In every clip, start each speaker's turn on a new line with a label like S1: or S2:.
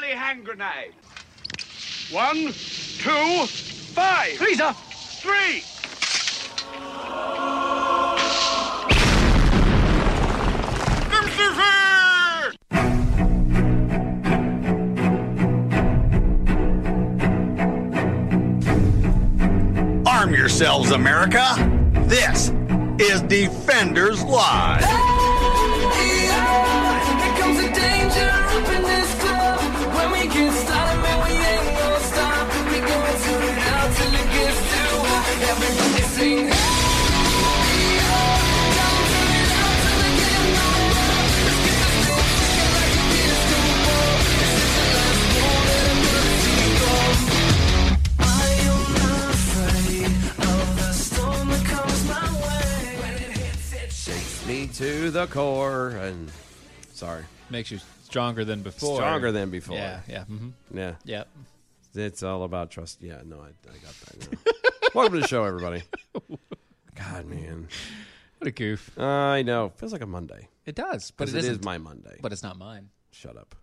S1: hand grenade. One, two, five. Lisa! Three!
S2: Arm yourselves, America. This is Defenders Live.
S3: Here comes the danger up in this club. When we get started, man, we ain't gonna stop. We gonna turn it out till it gets too hot. Everybody sing. I am not afraid of the storm that comes my way. When it hits, it shakes.
S4: Me to the core, and sorry,
S5: Makes you stronger than before.
S4: stronger than before.
S5: Yeah, yeah, mm-hmm.
S4: yeah.
S5: yeah.
S4: It's all about trust. Yeah, no, I, I got that. now. Welcome to the show, everybody. God, man,
S5: What a goof!
S4: I know. Feels like a Monday,
S5: It does, but
S4: but
S5: it
S4: it is
S5: isn't.
S4: my Monday.
S5: but it's not mine.
S4: Shut up.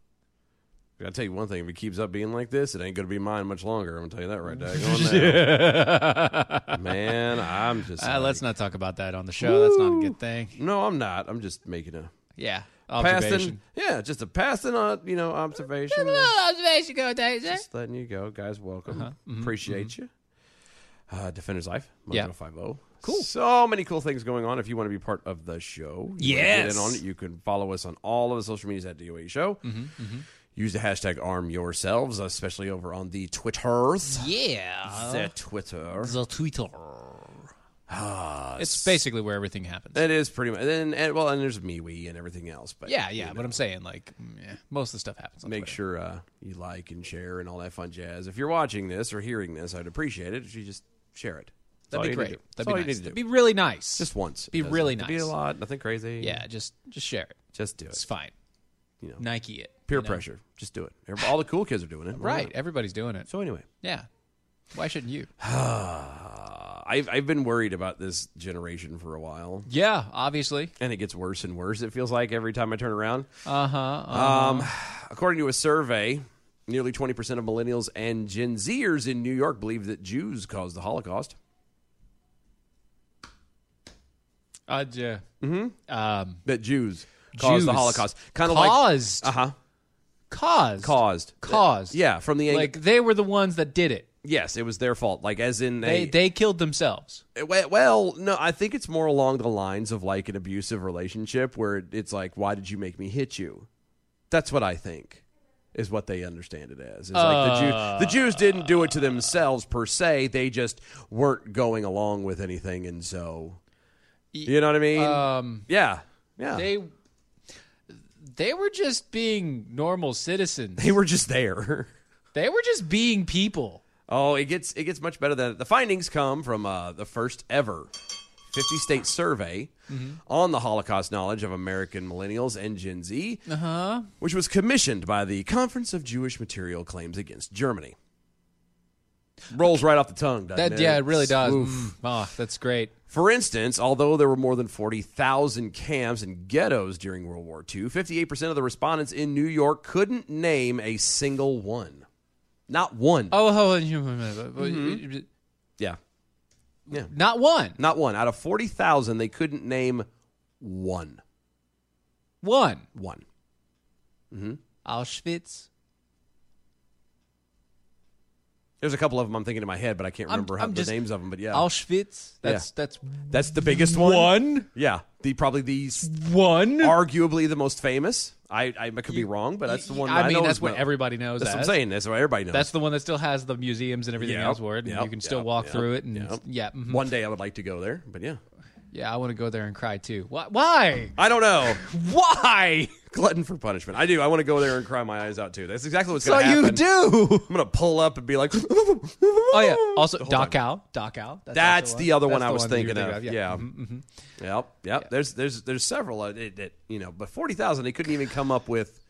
S4: I gotta tell you one thing. If it keeps up being like this, it ain't gonna be mine much longer. I'm gonna tell you that right there. man, I'm just.
S5: Uh, let's
S4: like-
S5: not talk about that on the show. That's not a good thing.
S4: No, I'm not. I'm just making a
S5: Yeah,
S4: passing.
S5: observation.
S4: Yeah, just a passing, uh, you know, observation.
S5: observation, go Daisy.
S4: just letting you go, guys. Welcome,
S5: Uh-huh.
S4: appreciate you. Uh, Defenders Life,
S5: Mm-hmm. Yeah.
S4: five zero. Cool. So many cool things going on. If you want to be part of the show, you wanna get
S5: Yes.
S4: in on it. You can follow us on all of the social medias at DOA Show.
S5: Mm-hmm.
S4: Use the hashtag Arm Yourselves, especially over on the Twitters.
S5: Yeah,
S4: The Twitter.
S5: the Twitter. it's basically where everything happens.
S4: That is pretty much. And, and well, and there's MeWe and everything else. But
S5: yeah,
S4: you
S5: yeah.
S4: know,
S5: But I'm saying, like, mm, yeah, most of the stuff happens. On
S4: make
S5: Twitter.
S4: sure uh, you like and share and all that fun jazz. If you're watching this or hearing this, I'd appreciate it if you just share it. That's all
S5: that'd
S4: you
S5: be
S4: need to
S5: great.
S4: do. That's
S5: That'd
S4: all
S5: be
S4: you need
S5: nice.
S4: to do.
S5: That'd be really nice.
S4: Just once. It
S5: Be
S4: doesn't
S5: really
S4: have to Be
S5: nice.
S4: a lot. Nothing crazy.
S5: yeah, just just share it.
S4: Just do
S5: It's
S4: it.
S5: fine.
S4: You know.
S5: Nike it.
S4: Peer
S5: you know?
S4: pressure. Just do it. Every- All the cool kids are doing it. Why
S5: Right.
S4: not?
S5: Everybody's doing it.
S4: So anyway,
S5: Yeah. Why shouldn't you?
S4: uh, I've I've been worried about this generation for a while,
S5: Yeah, obviously.
S4: and it gets worse and worse. It feels like every time I turn around.
S5: Uh huh.
S4: Um, according to a survey, nearly twenty percent of millennials and Gen Zers in New York believe that Jews caused the Holocaust.
S5: Uh, yeah. Mm-hmm. Um,
S4: That Jews caused the
S5: Jews
S4: Holocaust. Kind of like
S5: caused.
S4: uh huh
S5: caused.
S4: caused
S5: Caused.
S4: Yeah, from the
S5: Like they were the ones that did it.
S4: yes, it was their fault. Like as in
S5: They
S4: they
S5: they killed themselves.
S4: We- Well, no, I think it's more along the lines of like an abusive relationship where it- it's like, why did you make me hit you? That's what I think is what they understand it as. It's like the, Jew, the Jews didn't do it to themselves per se. They just weren't going along with anything. And so, you know what I mean?
S5: Um,
S4: yeah. Yeah. They,
S5: they they were just being normal citizens.
S4: were just there.
S5: They were just being people.
S4: Oh, it gets it gets much better than the findings come from uh, the first ever 50 state survey
S5: Mm-hmm.
S4: on the Holocaust knowledge of American millennials and Gen Z, uh-huh. which was commissioned by the Conference of Jewish Material Claims Against Germany. Rolls right off the tongue, doesn't
S5: That
S4: it?
S5: yeah, it really does.
S4: Oof.
S5: Mm, oh, that's great.
S4: For instance, although there were more than 40,000 camps and ghettos during World War II, 58% of the respondents in New York couldn't name a single one. Not one.
S5: Oh, hold on.
S4: Mm-hmm.
S5: Mhm.
S4: Yeah.
S5: not one.
S4: Not one. Out of 40,000, they couldn't name one.
S5: One.
S4: One.
S5: Auschwitz.
S4: There's a couple of them I'm thinking in my head, but I can't
S5: I'm-
S4: remember how,
S5: I'm
S4: the
S5: just-
S4: names of them. But yeah.
S5: Auschwitz. That's that's
S4: That's the biggest one.
S5: One?
S4: Yeah. The Probably the s-
S5: one.
S4: arguably the most famous. I, I, I could be wrong, but that's the one
S5: I,
S4: I,
S5: mean,
S4: know
S5: that's
S4: is
S5: what
S4: known.
S5: everybody knows.
S4: That's what I'm
S5: as.
S4: saying. That's what everybody knows.
S5: That's the one that still has the museums and everything
S4: Yep,
S5: else for it, and
S4: yep,
S5: you can still
S4: yep,
S5: walk
S4: yep,
S5: through it. And
S4: yep.
S5: yeah, mhm.
S4: One day I would like to go there, but yeah.
S5: yeah, I want to go there and cry too. Why? Why?
S4: I don't know.
S5: Why?
S4: Glutton for punishment. I do. I want to go there and cry my eyes out too. That's exactly what's
S5: So
S4: going to happen.
S5: you do.
S4: I'm going to pull up and be like,
S5: Oh yeah. Also,
S4: The whole time.
S5: Dachau. Dachau.
S4: That's
S5: also
S4: the other one
S5: That's
S4: I
S5: the
S4: was
S5: that you were
S4: thinking of. Yeah.
S5: Mm-hmm,
S4: Yep. Yep. There's there's there's several uh, it, it, you know, but 40,000 they couldn't even come up with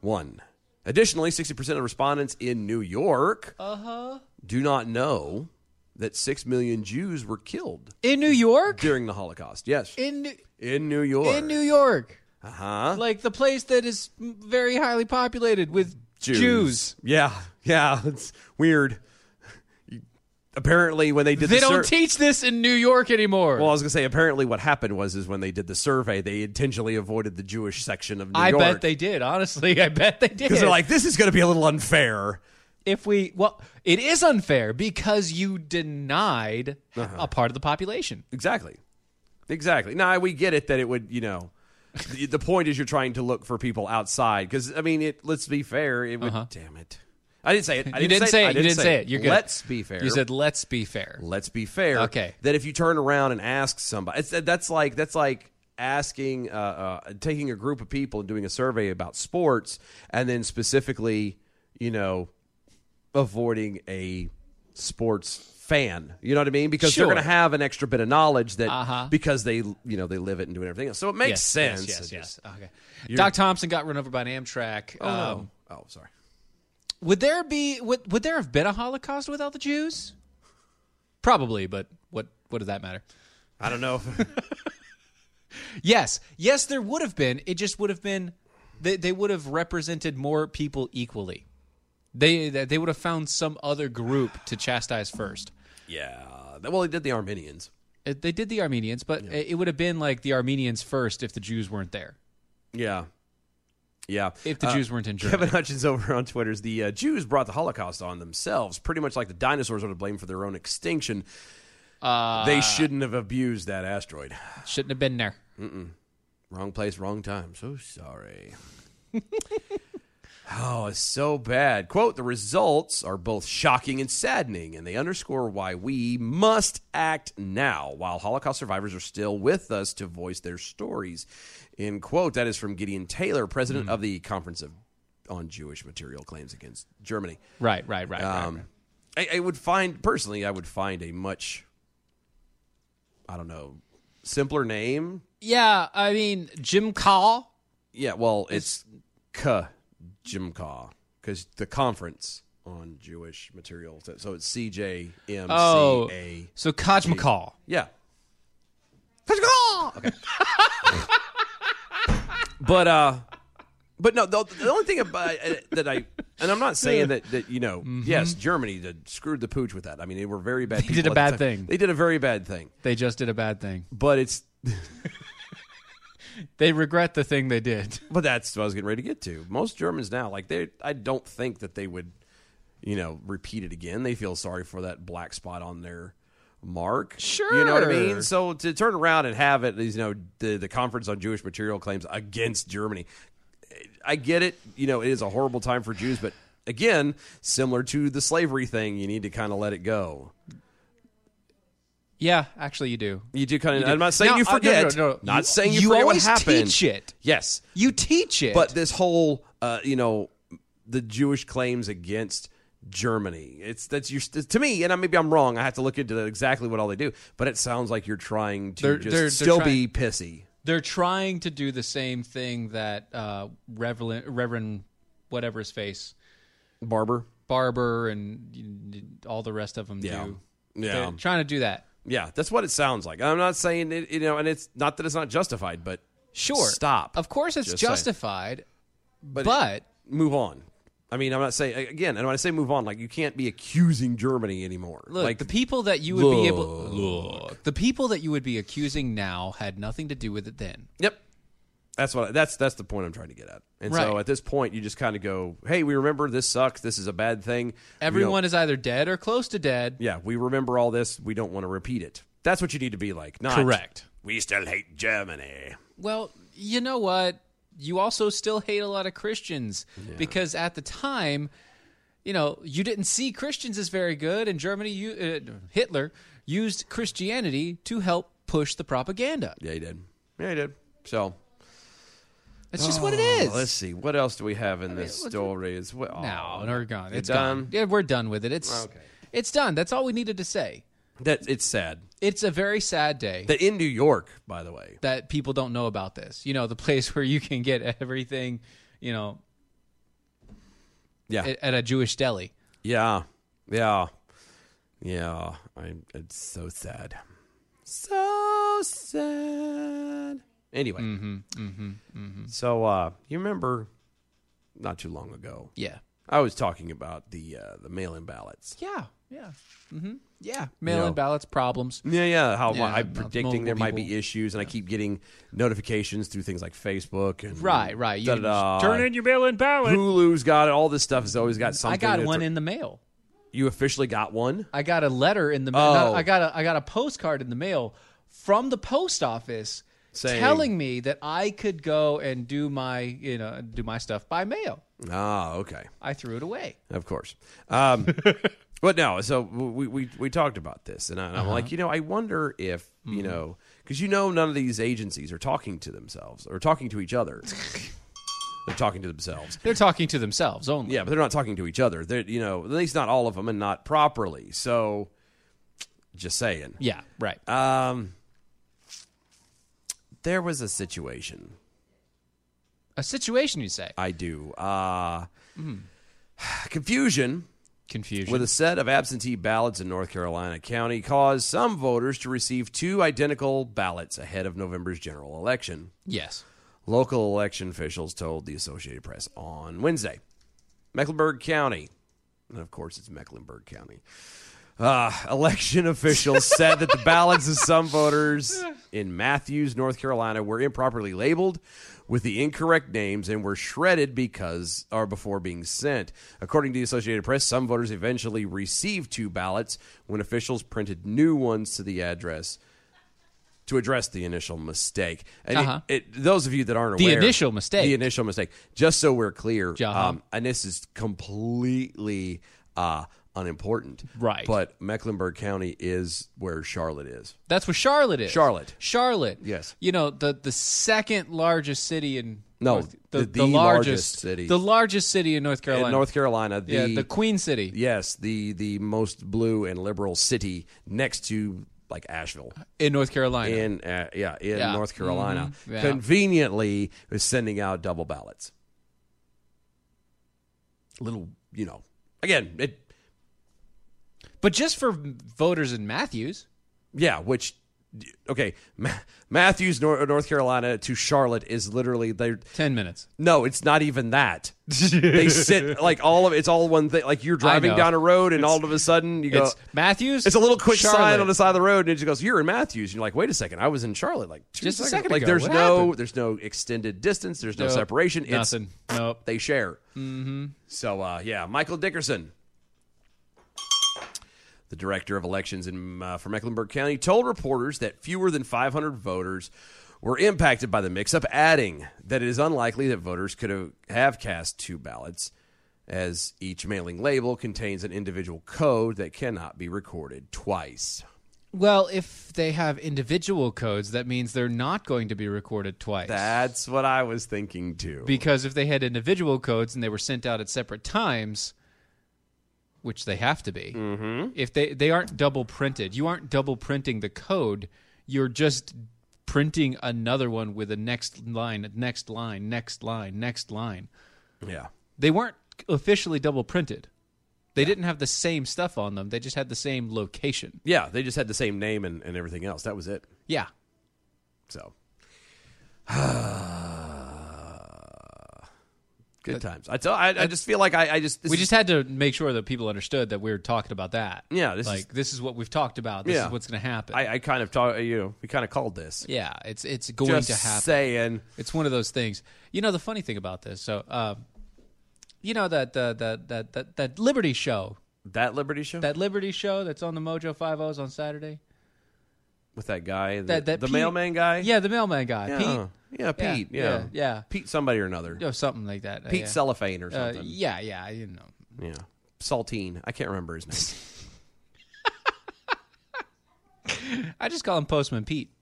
S4: one. Additionally, 60% of respondents in New York uh-huh. do not know that 6 million Jews were killed
S5: In New York.
S4: during the Holocaust. Yes. In,
S5: In
S4: New York.
S5: in New York,
S4: uh-huh.
S5: like the place that is very highly populated with
S4: Jews.
S5: Jews.
S4: Yeah, yeah, it's weird. apparently, when they did
S5: They
S4: the
S5: don't
S4: sur-
S5: teach this in New York anymore.
S4: well, I was gonna say apparently what happened was is when they did the survey, they intentionally avoided the Jewish section of New
S5: I
S4: York.
S5: bet they did. Honestly, I bet they did.
S4: because they're like, this is gonna be a little unfair.
S5: if we well, it is unfair because you denied
S4: Uh-huh.
S5: a part of the population.
S4: Exactly. Exactly. Now we get it that it would, you know, the, the point is you're trying to look for people outside because I mean, it. Let's be fair. It would. Damn it. I didn't say it. I
S5: Uh-huh. you didn't say
S4: I
S5: it. You didn't say it. You're good.
S4: Let's be fair.
S5: You said let's be fair.
S4: let's be fair.
S5: Okay.
S4: That if you turn around and ask somebody, it's, that's like that's like asking, uh, uh, taking a group of people and doing a survey about sports, and then specifically, you know, avoiding a sports fan. You know what I mean? Because
S5: Sure.
S4: they're going to have an extra bit of knowledge that
S5: Uh-huh.
S4: because they you know they live it and do everything else. So it makes sense.
S5: Yes, yes,
S4: It
S5: yes.
S4: just-
S5: Okay. Doc Thompson got run over by an Amtrak.
S4: Oh,
S5: um,
S4: oh, sorry.
S5: Would there be would, would there have been a Holocaust without the Jews? Probably, but what what does that matter?
S4: I don't know. If,
S5: Yes, yes, there would have been. It just would have been they, they would have represented more people equally. They they would have found some other group to chastise first.
S4: yeah. Well, they did the Armenians.
S5: It- They did the Armenians, but it it would have been like the Armenians first if the Jews weren't there.
S4: Yeah. Yeah.
S5: If the
S4: Uh,
S5: Jews weren't in Germany.
S4: Kevin Hutchins over on Twitter's the uh, Jews brought the Holocaust on themselves, pretty much like the dinosaurs are to blame for their own extinction. they shouldn't have abused that asteroid.
S5: Shouldn't have been there.
S4: Wrong place, wrong time. So sorry. oh, it's so bad. Quote The results are both shocking and saddening, and they underscore why we must act now while Holocaust survivors are still with us to voice their stories. End quote. That is from Gideon Taylor,
S5: Hmm.
S4: president of the Conference of on Jewish Material Claims Against Germany.
S5: Right, right, right, right, right.
S4: Um, I, I would find personally, I would find a much, I don't know, simpler name.
S5: Yeah, I mean Jim Call.
S4: Yeah, well, it's K Jimka because the conference on Jewish material. so- So it's C J M C A.
S5: Oh, so Kaj McCall.
S4: Yeah. Okay. but uh but no, the, the only thing about uh, that I and I'm not saying that that you know,
S5: Mm-hmm.
S4: yes, Germany did, screwed the pooch with that. I mean, they were very bad.
S5: did
S4: people
S5: a
S4: at the
S5: bad
S4: time.
S5: thing.
S4: They did a very bad thing.
S5: They just did a bad thing.
S4: But it's
S5: They regret the thing they did.
S4: But that's what I was getting ready to get to. Most Germans now, like they, I don't think that they would, you know, repeat it again. They feel sorry for that black spot on their mark. you know what I
S5: Sure.
S4: mean. So to turn around and have it, you know, the the conference on Jewish material claims against Germany. I get it. You know, it is a horrible time for Jews, but again, similar to the slavery thing, you need to kind of let it go.
S5: Yeah, actually, you do.
S4: You do kind of.
S5: do.
S4: I'm not saying
S5: Now,
S4: you
S5: uh, no, no,
S4: forget.
S5: no, no.
S4: Not
S5: You-
S4: saying you,
S5: you
S4: forget
S5: always
S4: what happened.
S5: teach it.
S4: Yes.
S5: You teach it,
S4: But this whole, uh, you know, the Jewish claims against Germany, it's that's your to me, and I, maybe I'm wrong. I have to look into exactly what all they do, but it sounds like you're trying to
S5: They're-
S4: just
S5: they're- they're
S4: still be pissy.
S5: they're trying to do the same thing that uh, Reverend Reverend whatever his face
S4: Barber,
S5: Barber and all the rest of them
S4: Yeah.
S5: do.
S4: yeah,
S5: They're trying to do that.
S4: yeah, that's what it sounds like. I'm not saying it, you know, and it's not that it's not justified, but
S5: Sure,
S4: Stop.
S5: Of course, it's
S4: Just saying.
S5: justified,
S4: but,
S5: but
S4: move on. I mean, I'm not saying again, and when I say move on, like you can't be accusing Germany anymore.
S5: look,
S4: like
S5: the people that you would be able look the people that you would be accusing now had nothing to do with it then.
S4: Yep. That's what I, that's that's the point I'm trying to get at. And
S5: Right.
S4: so at this point you just kind of go, "Hey, we remember this sucks. This is a bad thing." We
S5: Everyone
S4: don't-
S5: is either dead or close to dead.
S4: Yeah, we remember all this. We don't want to repeat it. That's what you need to be like. Not
S5: Correct.
S2: We still hate Germany.
S5: Well, you know what? You also still hate a lot of Christians because at the time, you know, you didn't see Christians as very good, and Germany, you, uh, Hitler used Christianity to help push the propaganda.
S4: Yeah, he did. Yeah, he did. So,
S5: That's just what it is.
S4: Oh, let's see. What else do we have in this
S5: let's-
S4: story? Is what
S5: no,
S4: aw.
S5: we're gone.
S4: You're
S5: It's done.
S4: done?
S5: Yeah, we're done with it. It's
S4: Okay.
S5: it's done. That's all we needed to say.
S4: That it's sad.
S5: It's a very sad day.
S4: That in New York, by the way.
S5: that people don't know about this. You know, the place where you can get everything, you know,
S4: Yeah.
S5: at, at a Jewish deli.
S4: yeah. Yeah. Yeah. I'm it's so sad. So sad. Anyway.
S5: Mm-hmm.
S4: Mm-hmm. Mm-hmm. So uh you remember not too long ago
S5: Yeah.
S4: I was talking about the uh, the mail-in ballots.
S5: Yeah, yeah, mm-hmm. yeah. Mail-in
S4: No.
S5: ballots problems.
S4: Yeah, yeah. How
S5: Yeah,
S4: I'm
S5: not
S4: predicting there
S5: multiple
S4: might be
S5: people.
S4: issues, and I keep getting notifications through things like Facebook and
S5: Right, right. You can
S4: da-da-da.
S5: just turn in your mail-in ballot.
S4: Hulu's got it. All this stuff has always got something.
S5: I got
S4: that's-
S5: one in the mail.
S4: You officially got one.
S5: I got a letter in the mail.
S4: Oh.
S5: I got a I got a postcard in the mail from the post office
S4: Saying-
S5: telling me that I could go and do my you know do my stuff by mail.
S4: Ah, okay.
S5: I threw it away.
S4: Of course. Um, but no, so we, we, we talked about this, and, I, am like, you know, I wonder if, you know, because you know, none of these agencies are talking to themselves or talking to each other. they're talking to themselves.
S5: They're talking to themselves only.
S4: Yeah, but they're not talking to each other. They're, you know, at least not all of them and not properly. So just saying.
S5: Yeah, right.
S4: Um, there was a situation.
S5: a situation, you say?
S4: I do. Uh, Confusion
S5: Confusion.
S4: with a set of absentee ballots in North Carolina County caused some voters to receive two identical ballots ahead of November's general election.
S5: yes.
S4: Local election officials told the Associated Press on Wednesday. Mecklenburg County, and of course it's Mecklenburg County, uh, election officials said that the ballots of some voters in Matthews, North Carolina, were improperly labeled with the incorrect names and were shredded because or before being sent. According to the Associated Press, some voters eventually received two ballots when officials printed new ones to the address to address the initial mistake. And it-
S5: Uh-huh.
S4: it, those of you that aren't
S5: The
S4: aware,
S5: initial mistake.
S4: the initial mistake. Just so we're clear,
S5: Jaha.
S4: um, and this is completely uh, unimportant,
S5: Right.
S4: But Mecklenburg County is where Charlotte is.
S5: That's where Charlotte is.
S4: Charlotte.
S5: Charlotte.
S4: Yes.
S5: You know, the the second largest city in
S4: No,
S5: North-
S4: the- the largest city.
S5: The largest city in North Carolina.
S4: In North Carolina, the,
S5: yeah, the Queen City.
S4: yes, the the most blue and liberal city next to like Asheville
S5: in North Carolina.
S4: in uh, yeah in
S5: Yeah.
S4: North Carolina,
S5: Mhm. Yeah.
S4: conveniently is sending out double ballots. Little, you know, again, it
S5: but just for voters in Matthews.
S4: Yeah, which okay, Ma- Matthews, Nor- North Carolina to Charlotte is literally they.
S5: 10 minutes.
S4: No, it's not even that. they sit like all of it's all one thing. Like you're driving
S5: know.
S4: down a road, and all of a sudden you go.
S5: It's Matthews.
S4: It's a little quick sign
S5: Charlotte.
S4: on the side of the road, and it just goes, "You're in Matthews." And you're like, "Wait a second, I was in Charlotte like two
S5: Just a
S4: seconds."
S5: second
S4: like
S5: ago.
S4: there's
S5: What
S4: no
S5: happened?
S4: there's no extended distance. There's no
S5: Nope.
S4: separation.
S5: Nothing.
S4: It's
S5: Nope.
S4: they share. Mm-hmm. So uh, yeah, Michael Dickerson, the director of elections in uh, for Mecklenburg County, told reporters that fewer than 500 voters were impacted by the mix-up, adding that it is unlikely that voters could have, have cast two ballots. As each mailing label contains an individual code that cannot be recorded twice.
S5: Well, if they have individual codes, that means they're not going to be recorded twice.
S4: That's what I was thinking too.
S5: because if they had individual codes and they were sent out at separate times, which they have to be,
S4: Mm-hmm.
S5: if they they aren't double printed, you aren't double printing the code. You're just printing another one with the next line, next line, next line, next line.
S4: yeah.
S5: They weren't officially double printed. They didn't have the same stuff on them. They just had the same location.
S4: Yeah, they just had the same name and, and everything else. That was it.
S5: Yeah.
S4: So, good times. I tell. I, I just feel like I, I just. This
S5: we
S4: is-
S5: just had to make sure that people understood that we were talking about that.
S4: Yeah, this is-
S5: like this is what we've talked about. This
S4: Yeah.
S5: is what's going to happen.
S4: I, I kind of talk. You know, we kind of called this.
S5: Yeah, it's it's going
S4: just
S5: to happen.
S4: saying.
S5: It's one of those things. You know the funny thing about this. So, um, you know that the that that that that Liberty show,
S4: That Liberty show
S5: that Liberty show that's on the Mojo Five O's on Saturday.
S4: with that guy, the,
S5: That that
S4: the
S5: Pete-
S4: mailman guy.
S5: Yeah, the mailman guy,
S4: yeah,
S5: Pete.
S4: yeah, Pete. Yeah,
S5: yeah, yeah.
S4: Pete somebody or another.
S5: Or something like that.
S4: Pete
S5: yeah.
S4: Cellophane or
S5: Uh,
S4: something.
S5: yeah, yeah, you know.
S4: yeah. Saltine. I can't remember his name.
S5: I just call him Postman Pete.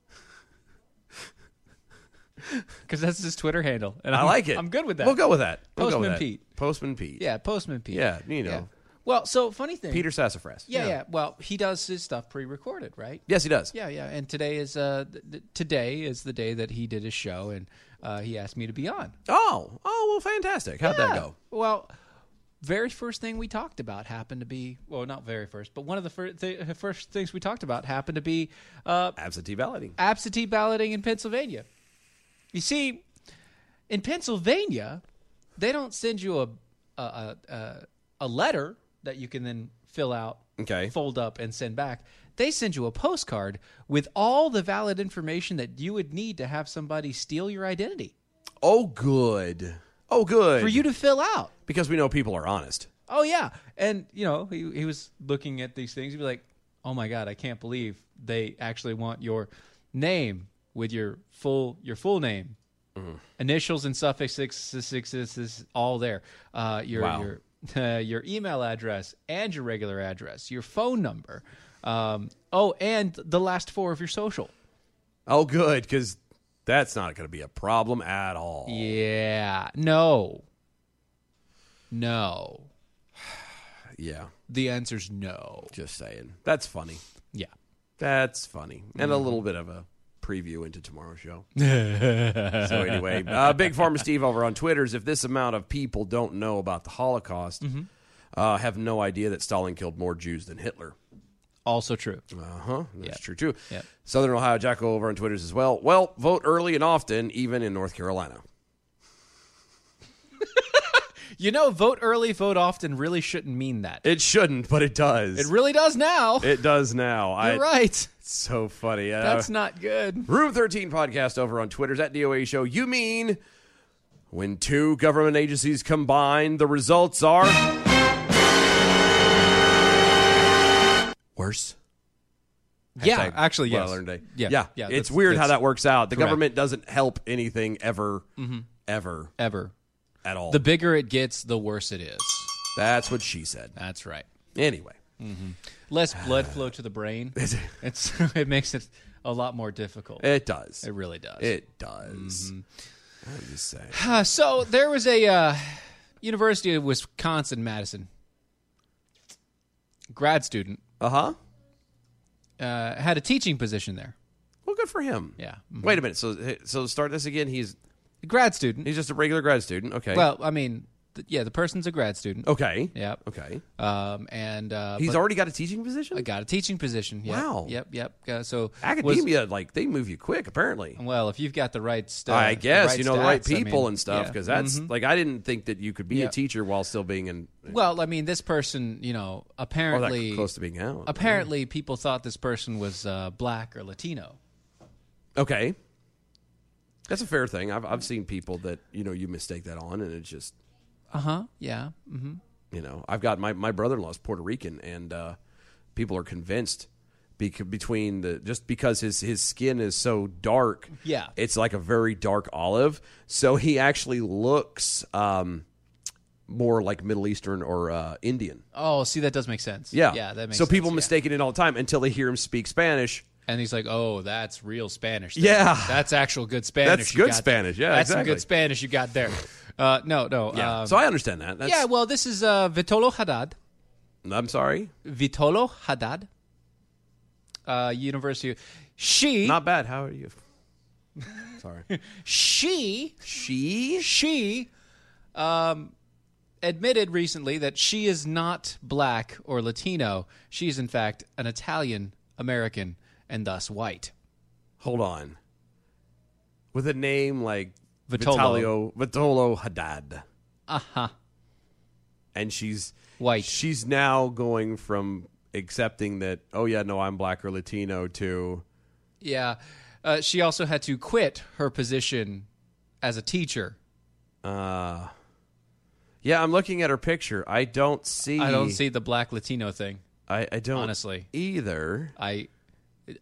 S5: Because that's his Twitter handle, and
S4: I
S5: I'm-
S4: like it.
S5: I'm good with that.
S4: We'll go with that. We'll go
S5: Postman
S4: with that.
S5: Pete.
S4: Postman Pete.
S5: Yeah, Postman Pete.
S4: Yeah, you know.
S5: Well, so funny thing.
S4: Peter Sassafras.
S5: Yeah, yeah, Well, he does his stuff pre-recorded, right?
S4: Yes, he does.
S5: Yeah, yeah. And today is uh th- th- today is the day that he did his show, and uh, he asked me to be on.
S4: Oh, oh, well, fantastic. How'd that
S5: Yeah.
S4: go?
S5: Well, very first thing we talked about happened to be well, not very first, but one of the fir- th- first things we talked about happened to be uh,
S4: Absentee balloting.
S5: absentee balloting in Pennsylvania. You see, in Pennsylvania, they don't send you a a a, a, a letter that you can then fill out,
S4: Okay.
S5: fold up, and send back. They send you a postcard with all the valid information that you would need to have somebody steal your identity
S4: Oh, good. Oh, good.
S5: for you to fill out.
S4: because we know people are honest.
S5: Oh yeah, and you know he he was looking at these things. He'd be like, "Oh my god, I can't believe they actually want your name with your full your full name, Mm-hmm. initials and suffixes, suffixes is all there. Uh, your
S4: Wow.
S5: your uh, your email address and your regular address, your phone number. Um, oh, and the last four of your social.
S4: Oh, good. Because that's not going to be a problem at all.
S5: Yeah, no, no.
S4: yeah.
S5: The answer's no.
S4: Just saying. That's funny.
S5: Yeah.
S4: That's funny. And a little bit of a preview into tomorrow's show. so, anyway, uh, Big Pharma Steve over on Twitter is if this amount of people don't know about the Holocaust,
S5: Mm-hmm.
S4: uh, have no idea that Stalin killed more Jews than Hitler.
S5: Also true.
S4: Uh huh. That's true, too.
S5: Yep.
S4: Southern Ohio Jacko over on Twitter as well. Well, vote early and often, even in North Carolina.
S5: You know, vote early, vote often really shouldn't mean that. It,
S4: It shouldn't, but it does. It, Uh,
S5: really does now.
S4: does now. I,
S5: You're right.
S4: It's so funny.
S5: That's not good.
S4: Room 13 podcast over on Twitter's at DOA show. You mean when two government agencies combine, the results are worse?
S5: yeah,
S4: Hashtag
S5: actually, yes.
S4: Well Earned Day.
S5: Yeah,
S4: yeah.
S5: yeah,
S4: it's
S5: that's-
S4: weird how
S5: that's
S4: that works out. The
S5: correct.
S4: government doesn't help anything ever, ever
S5: Ever.
S4: at all.
S5: The bigger it gets, the worse it is.
S4: That's what she said.
S5: That's right.
S4: Anyway.
S5: Less blood flow to the brain. it's it makes it a lot more difficult. It,
S4: It does.
S5: really does.
S4: It does. I'm just saying.
S5: Uh, so there was a uh, University of Wisconsin Madison grad student
S4: Uh huh.
S5: uh, had a teaching position there.
S4: Well, good for him.
S5: Yeah. Mm-hmm.
S4: Wait a minute. So, so start this again. He's
S5: Grad student.
S4: he's just a regular grad student. Okay.
S5: well, I mean, th- yeah, the person's a grad student.
S4: Okay.
S5: Yep.
S4: Okay.
S5: Um, and uh,
S4: Oh. He's
S5: but
S4: already got a teaching position.
S5: I got a teaching position. Yep,
S4: Wow.
S5: Yep. Yep. Uh, so was-
S4: Academia, like they move you quick. Apparently,
S5: well, if you've got the right stuff,
S4: I guess you know the right people
S5: mean,
S4: and stuff
S5: yeah. Mm-hmm.
S4: because that's like I didn't think that you could be
S5: Yeah.
S4: a teacher while still being in
S5: well, I mean, this person, you know,
S4: or that
S5: apparently,
S4: close to being out.
S5: apparently, people thought this person was uh, black or Latino.
S4: okay, that's a fair thing. I've I've seen people that you know you mistake that on, and it's just
S5: Uh huh. Yeah. Mm.
S4: you know I've got my my brother in law's Puerto Rican, and uh, people are convinced. bec- Between the just because his his skin is so dark,
S5: Yeah.
S4: it's like a very dark olive. So he actually looks um, more like Middle Eastern or uh, Indian.
S5: Oh, see, that does make sense.
S4: Yeah,
S5: Yeah. That makes
S4: so
S5: sense,
S4: people
S5: yeah.
S4: mistaken it all the time until they hear him speak Spanish.
S5: And he's like, "Oh, that's real Spanish. then.
S4: Yeah.
S5: That's actual good Spanish.
S4: That's
S5: you
S4: good
S5: got
S4: Spanish.
S5: there.
S4: Yeah,
S5: That's some
S4: exactly.
S5: good Spanish you got there. Uh, no, no.
S4: Yeah,
S5: um,
S4: so I understand that. That's,
S5: yeah. Well, this is uh, Vitolo Haddad.
S4: I'm sorry,
S5: Vitolo Haddad, uh, University. She
S4: not bad. How are you? Sorry,
S5: she
S4: she.
S5: she um, admitted recently that she is not black or Latino. She is in fact an Italian American and thus white.
S4: Hold on, with a name like
S5: Vitolo.
S4: Vitolo Vitolo Haddad,
S5: Uh huh.
S4: and she's
S5: White.
S4: She's now going from accepting that. Oh yeah, no, I'm black or Latino to.
S5: Yeah. Uh, she also had to quit her position as a teacher.
S4: Uh, yeah, I'm looking at her picture. I don't see.
S5: I don't see the black Latino thing.
S4: I, I don't
S5: Honestly.
S4: either.
S5: I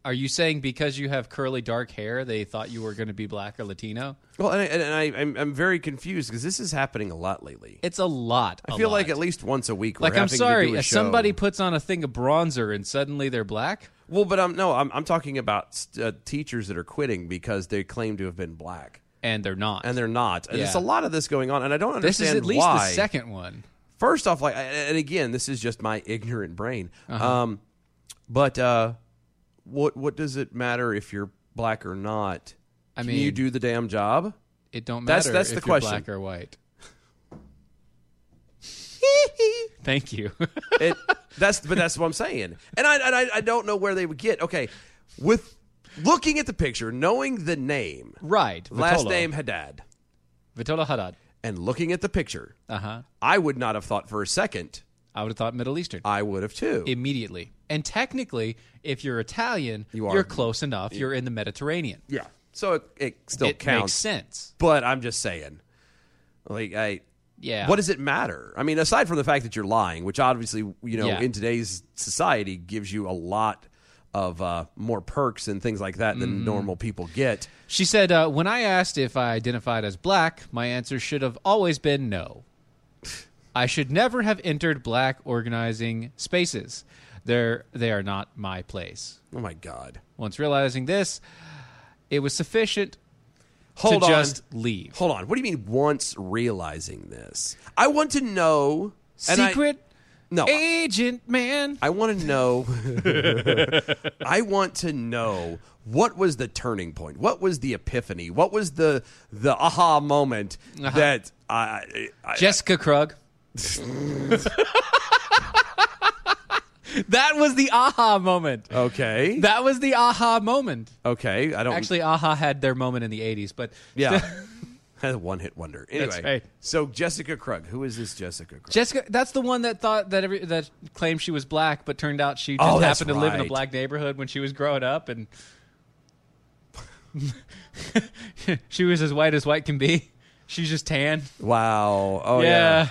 S5: are you saying because you have curly dark hair they thought you were going to be black or Latino?
S4: Well, and, I, and I, I'm I'm very confused because this is happening a lot lately.
S5: It's a lot.
S4: I
S5: a
S4: feel
S5: lot.
S4: like at least once a week. We're
S5: like I'm
S4: having to do
S5: sorry
S4: a
S5: if
S4: show.
S5: somebody puts on a thing of bronzer and suddenly they're black.
S4: Well, but I'm no, I'm I'm talking about st- uh, teachers that are quitting because they claim to have been black
S5: And they're not.
S4: and they're not. And there's
S5: Yeah.
S4: a lot of this going on, and I don't
S5: this
S4: understand
S5: is at least
S4: why.
S5: the second one.
S4: First off, like, and again, this is just my ignorant brain.
S5: Uh-huh.
S4: Um, but uh, what what does it matter if you're black or not?
S5: I
S4: Can you
S5: mean-
S4: do the damn job?
S5: It don't matter
S4: That's- that's
S5: if
S4: the
S5: you're
S4: question.
S5: black or white. Thank you.
S4: It, that's but that's what I'm saying, and I, and I I don't know where they would get. Okay, with looking at the picture, knowing the name,
S5: right.
S4: last
S5: Vitolo.
S4: name Haddad,
S5: Vitolo Haddad.
S4: and looking at the picture,
S5: Uh huh.
S4: I would not have thought for a second
S5: I would have thought Middle Eastern
S4: I would have too.
S5: immediately. And technically, if you're Italian,
S4: You
S5: you
S4: are-
S5: are close enough. You're in the Mediterranean.
S4: yeah. So it, it still
S5: it
S4: counts.
S5: makes sense.
S4: But I'm just saying, like I,
S5: Yeah.
S4: What does it matter? I mean, aside from the fact that you're lying, which obviously you know
S5: Yeah.
S4: in today's society gives you a lot of uh, more perks and things like that
S5: Mm-hmm.
S4: than normal people get.
S5: She said, uh, when I asked if I identified as black, my answer should have always been no. I should never have entered black organizing spaces. They're, they are not my place.
S4: Oh my god!
S5: Once realizing this, it was sufficient
S4: Hold
S5: to
S4: on,
S5: just leave.
S4: hold on. What do you mean? Once realizing this, I want to know and I-
S5: Secret
S4: no,
S5: agent man.
S4: I want to know. I want to know what was the turning point? What was the epiphany? What was the the aha moment
S5: Uh-huh.
S4: that I, I
S5: Jessica Krug. that was the aha moment.
S4: okay Oh,
S5: That was the aha moment.
S4: okay I don't
S5: Actually, aha had their moment in the 80s, but
S4: yeah one hit wonder anyway
S5: That's right.
S4: so Jessica Krug who is this Jessica Krug
S5: Jessica, that's the one that thought that every that claimed she was black, but turned out she just
S4: Oh, that's
S5: happened to live in a
S4: right.
S5: black neighborhood when she was growing up, and she was as white as white can be. She's just tan.
S4: wow oh
S5: yeah.
S4: yeah,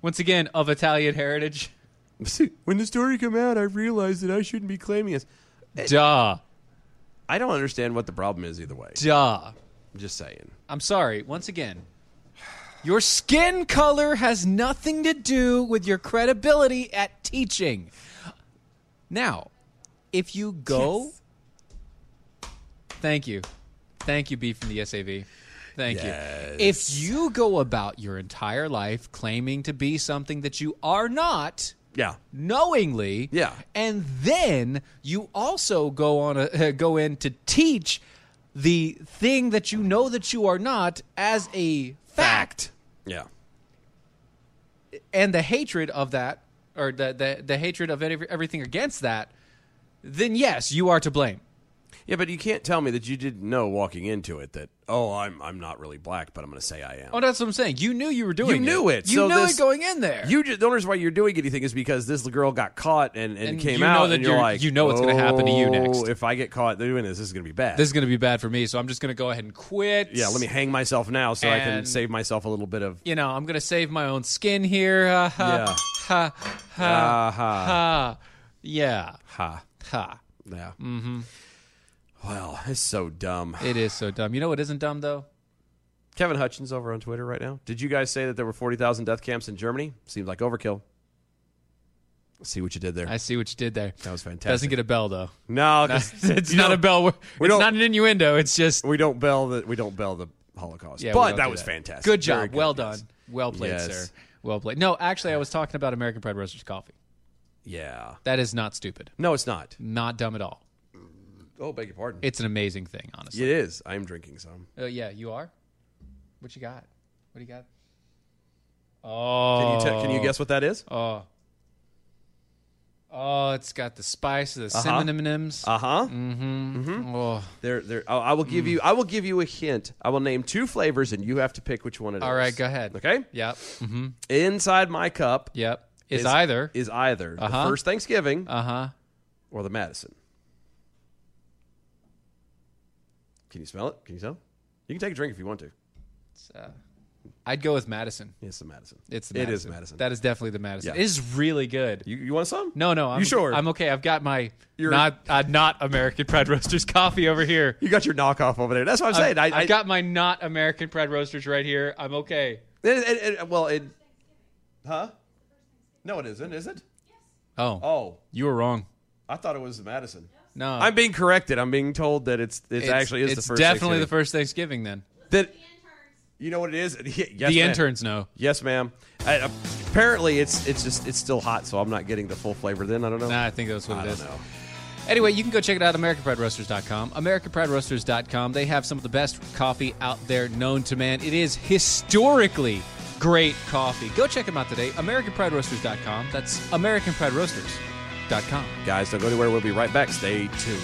S5: Once again, of Italian heritage.
S4: when the story came out I realized that I shouldn't be claiming this
S5: Duh.
S4: I don't understand what the problem is either way
S5: Duh.
S4: I'm just saying
S5: I'm sorry. Once again, your skin color has nothing to do with your credibility at teaching. Now, if you go, thank you, thank you, B from the SAV. Thank you. If you go about your entire life claiming to be something that you are not,
S4: yeah
S5: knowingly.
S4: Yeah.
S5: And then you also go on a, go in to teach the thing that you know that you are not as a fact,
S4: yeah
S5: and the hatred of that or the the, the hatred of every, everything against that, then yes, you are to blame.
S4: Yeah, but you can't tell me that you didn't know walking into it that oh I'm I'm not really black, but I'm going to say I am.
S5: Oh, that's what I'm saying. You knew you were doing
S4: you knew it.
S5: You
S4: so
S5: knew
S4: this-
S5: it going in there.
S4: You just, the only reason why you're doing anything is because this girl got caught and, and,
S5: And
S4: came
S5: you know
S4: out,
S5: that
S4: and you're,
S5: you're-
S4: like,
S5: you know what's gonna happen to you
S4: "Oh,
S5: next."
S4: If I get caught doing this, this is going to be bad.
S5: this is going to be bad for me, so I'm just going to go ahead and quit.
S4: yeah, let me hang myself now so I can
S5: And-
S4: save myself a little bit of
S5: You know, I'm going to save my own skin here. Ha ha
S4: yeah,
S5: ha ha
S4: ha ha
S5: ha. Yeah.
S4: ha.
S5: Ha.
S4: Yeah. Mm-hmm. Well, it's so dumb.
S5: It is so dumb. You know what isn't dumb though?
S4: Kevin Hutchins over on Twitter right now. Did you guys say that there were forty thousand death camps in Germany? Seems like overkill. See what you did there.
S5: I see what you did there.
S4: That was fantastic.
S5: Doesn't get a bell though.
S4: no. 'cause
S5: it's
S4: you
S5: not
S4: don't-
S5: a bell. It's
S4: we don't-
S5: not an innuendo. It's just
S4: We don't bell the we don't bell the Holocaust.
S5: yeah. we
S4: but
S5: don't
S4: that
S5: do
S4: was fantastic.
S5: Good
S4: Very
S5: job. well
S4: yes.
S5: done. Well played,
S4: Yes.
S5: sir. Well played. No, actually, I was talking about American Pride Roasters coffee.
S4: Yeah.
S5: That is not stupid.
S4: No, it's not.
S5: Not dumb at all.
S4: Oh, beg your pardon.
S5: It's an amazing thing, honestly.
S4: it is. I'm drinking some.
S5: Yeah, yeah you are. What you got? What do you got?
S4: Can
S5: Oh,
S4: you te- can you guess what that is?
S5: Oh, oh, it's got the spice of the
S4: Uh-huh.
S5: synonyms.
S4: Uh huh.
S5: Mm. oh.
S4: There, there. I I will
S5: Mm.
S4: give you. I will give you a hint. I will name two flavors, and you have to pick which one it is.
S5: All right, go ahead.
S4: Okay.
S5: Yep.
S4: Inside my cup
S5: Yep. Is, either.
S4: is either
S5: Uh-huh.
S4: the first Thanksgiving
S5: uh huh.
S4: or the Madison. Can you smell it? Can you tell? You can take a drink if you want to.
S5: uh, I'd go with Madison.
S4: It's the Madison.
S5: It's the
S4: it
S5: Madison.
S4: is Madison.
S5: That is definitely the Madison.
S4: Yeah.
S5: It is really good.
S4: you, you want some?
S5: no, no. I'm,
S4: you sure?
S5: I'm okay. I've got my
S4: You're-
S5: not uh, not American Pride Roasters coffee over here.
S4: You got your knockoff over there. That's what I'm saying. I,
S5: I've
S4: I-
S5: got my not American Pride Roasters right here. I'm okay.
S4: it- it- it- well, it. Huh? No, it isn't. Is it?
S5: Oh,
S4: Oh,
S5: you were wrong.
S4: I thought it was the Madison.
S5: No,
S4: I'm being corrected. I'm being told that it's it actually is
S5: it's
S4: the first.
S5: definitely the
S4: Thanksgiving.
S5: first Thanksgiving. Then
S4: That you know what it is. Yes,
S5: the
S4: ma'am.
S5: interns know.
S4: Yes, ma'am. I, uh, apparently, it's it's just it's still hot, so I'm not getting the full flavor. Then I don't know.
S5: Nah, I think that's what
S4: I
S5: it
S4: don't
S5: is.
S4: know.
S5: Anyway, you can go check it out at AmericanPrideRoasters.com. AmericanPrideRoasters.com. They have some of the best coffee out there known to man. It is historically great coffee. Go check them out today. AmericanPrideRoasters.com. That's AmericanPrideRoasters.com.
S4: Guys, don't go anywhere. We'll be right back. Stay tuned.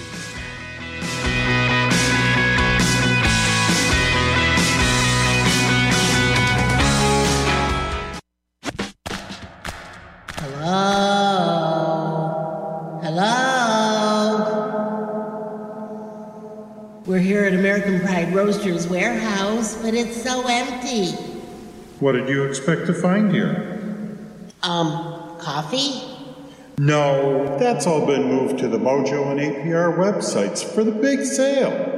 S6: Hello? Hello? We're here at American Pride Roasters Warehouse, but it's so empty.
S7: What did you expect to find here?
S6: Um, coffee?
S7: No, that's all been moved to the Mojo and APR websites for the big sale.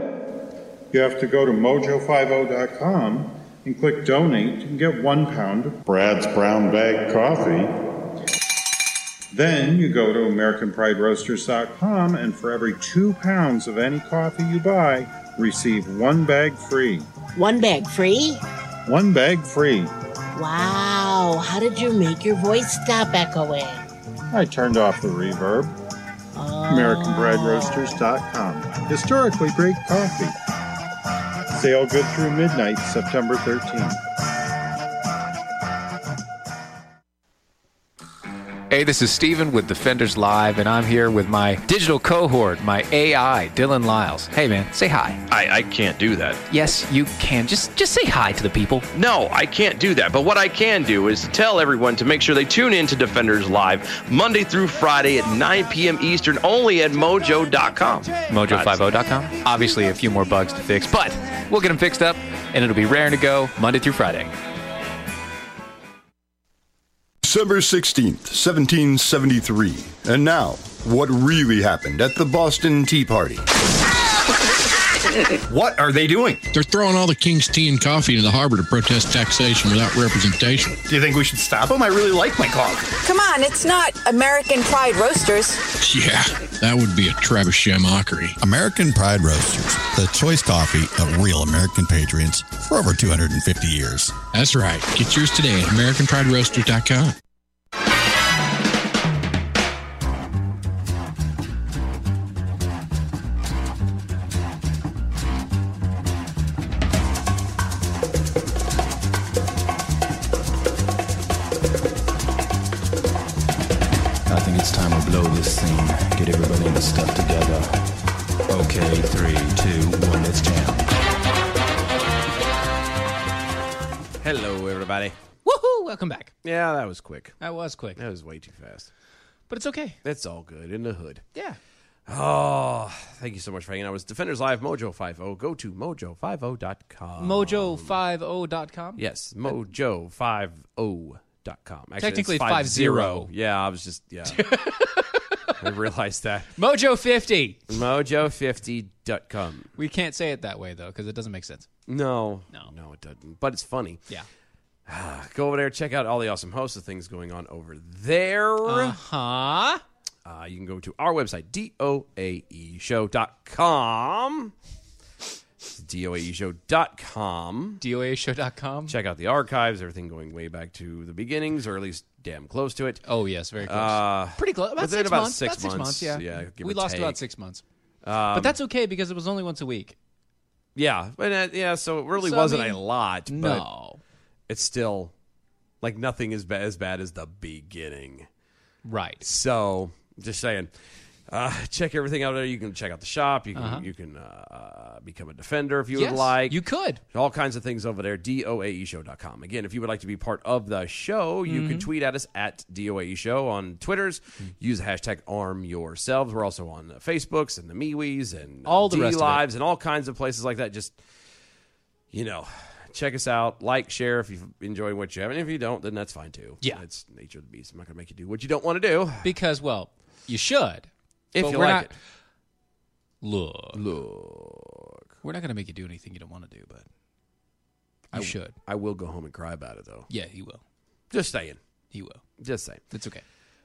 S7: You have to go to mojo50.com and click donate and get one pound of Brad's Brown Bag Coffee. Then you go to AmericanPrideRoasters.com and for every two pounds of any coffee you buy, receive one bag free.
S6: One bag free?
S7: One bag free.
S6: Wow, how did you make your voice stop echoing?
S7: I turned off the reverb.
S6: Oh.
S7: AmericanBreadRoasters.com. Historically great coffee. Sale good through midnight, September 13th.
S8: Hey, this is Steven with Defenders Live, and I'm here with my digital cohort, my AI, Dylan Lyles. Hey, man, say hi.
S9: I, I can't do that.
S8: Yes, you can. Just just say hi to the people.
S9: No, I can't do that. But what I can do is tell everyone to make sure they tune in to Defenders Live Monday through Friday at 9 p.m. Eastern only at mojo.com.
S8: Mojo50.com. Obviously, a few more bugs to fix, but we'll get them fixed up, and it'll be raring to go Monday through Friday.
S10: December 16th, 1773. And now, what really happened at the Boston Tea Party?
S11: What are they doing?
S12: They're throwing all the king's tea and coffee into the harbor to protest taxation without representation.
S11: Do you think we should stop them? I really like my coffee.
S13: Come on, it's not American Pride Roasters.
S12: Yeah, that would be a trebuchet mockery.
S14: American Pride Roasters, the choice coffee of real American patriots for over 250 years.
S12: That's right. Get yours today at AmericanPrideRoaster.com.
S15: I think it's time we blow this scene. Get everybody in the stuff together. Okay, three, two, one, let's jam.
S4: Hello, everybody.
S5: Woohoo! Welcome back.
S4: Yeah, that was quick.
S5: That was quick,
S4: That was way too fast.
S5: but it's okay.
S4: It's all good in the hood.
S5: Yeah.
S4: Oh, thank you so much for hanging out with us. Defenders Live Mojo 50. Go to mojo50.com.
S5: Mojo50.com.
S4: Yes, mojo50.com. Actually,
S5: Technically,
S4: it's
S5: 50.
S4: Yeah, I was just, yeah. I realized that.
S5: Mojo50.
S4: Mojo50.com.
S5: We can't say it that way, though, because it doesn't make sense.
S4: No.
S5: No.
S4: No, it doesn't. But it's funny.
S5: Yeah.
S4: Go over there, check out all the awesome hosts of things going on over there.
S5: Uh huh.
S4: Uh, you can go to our website, E doaeshow.com. It's doaeshow.com.
S5: DOAShow.com.
S4: Check out the archives, everything going way back to the beginnings, or at least damn close to it.
S5: Oh, yes. Very close.
S4: Uh,
S5: Pretty close. About
S4: within
S5: six
S4: about
S5: months.
S4: six
S5: about six
S4: months,
S5: months, yeah.
S4: yeah, give
S5: we
S4: or
S5: lost
S4: take. Um,
S5: about six months. but that's okay because it was only once a week.
S4: Yeah, but uh, yeah, so it really
S5: So, I
S4: wasn't
S5: mean,
S4: a lot, but
S5: No.
S4: it's still like nothing is ba- as bad as the beginning.
S5: Right.
S4: So, just saying. Uh, check everything out there. You can check out the shop. You can you can uh, become a defender if you
S5: Uh-huh. Yes,
S4: would like.
S5: You could.
S4: There's all kinds of things over there. E DOAEshow.com. Again, if you would like to be part of the show, you
S5: Mm-hmm.
S4: can tweet at us at DOAEshow E on Twitters. Use the hashtag ArmYourselves. We're also on the Facebooks and the MeWe's and
S5: All the rest of it.
S4: Lives and all kinds of places like that. Just, you know, check us out. Like, share if you enjoy what you have. And if you don't, then that's fine too.
S5: Yeah.
S4: It's nature of the beast. I'm not going to make you do what you don't want to do
S5: Because, well, you should.
S4: if
S5: But
S4: you
S5: we're
S4: like
S5: not-
S4: it.
S5: Look. Look. We're not going to make you do anything you don't want to do, but you should.
S4: I will go home and cry about it though.
S5: Yeah, he will.
S4: Just saying.
S5: He will.
S4: Just saying.
S5: That's okay.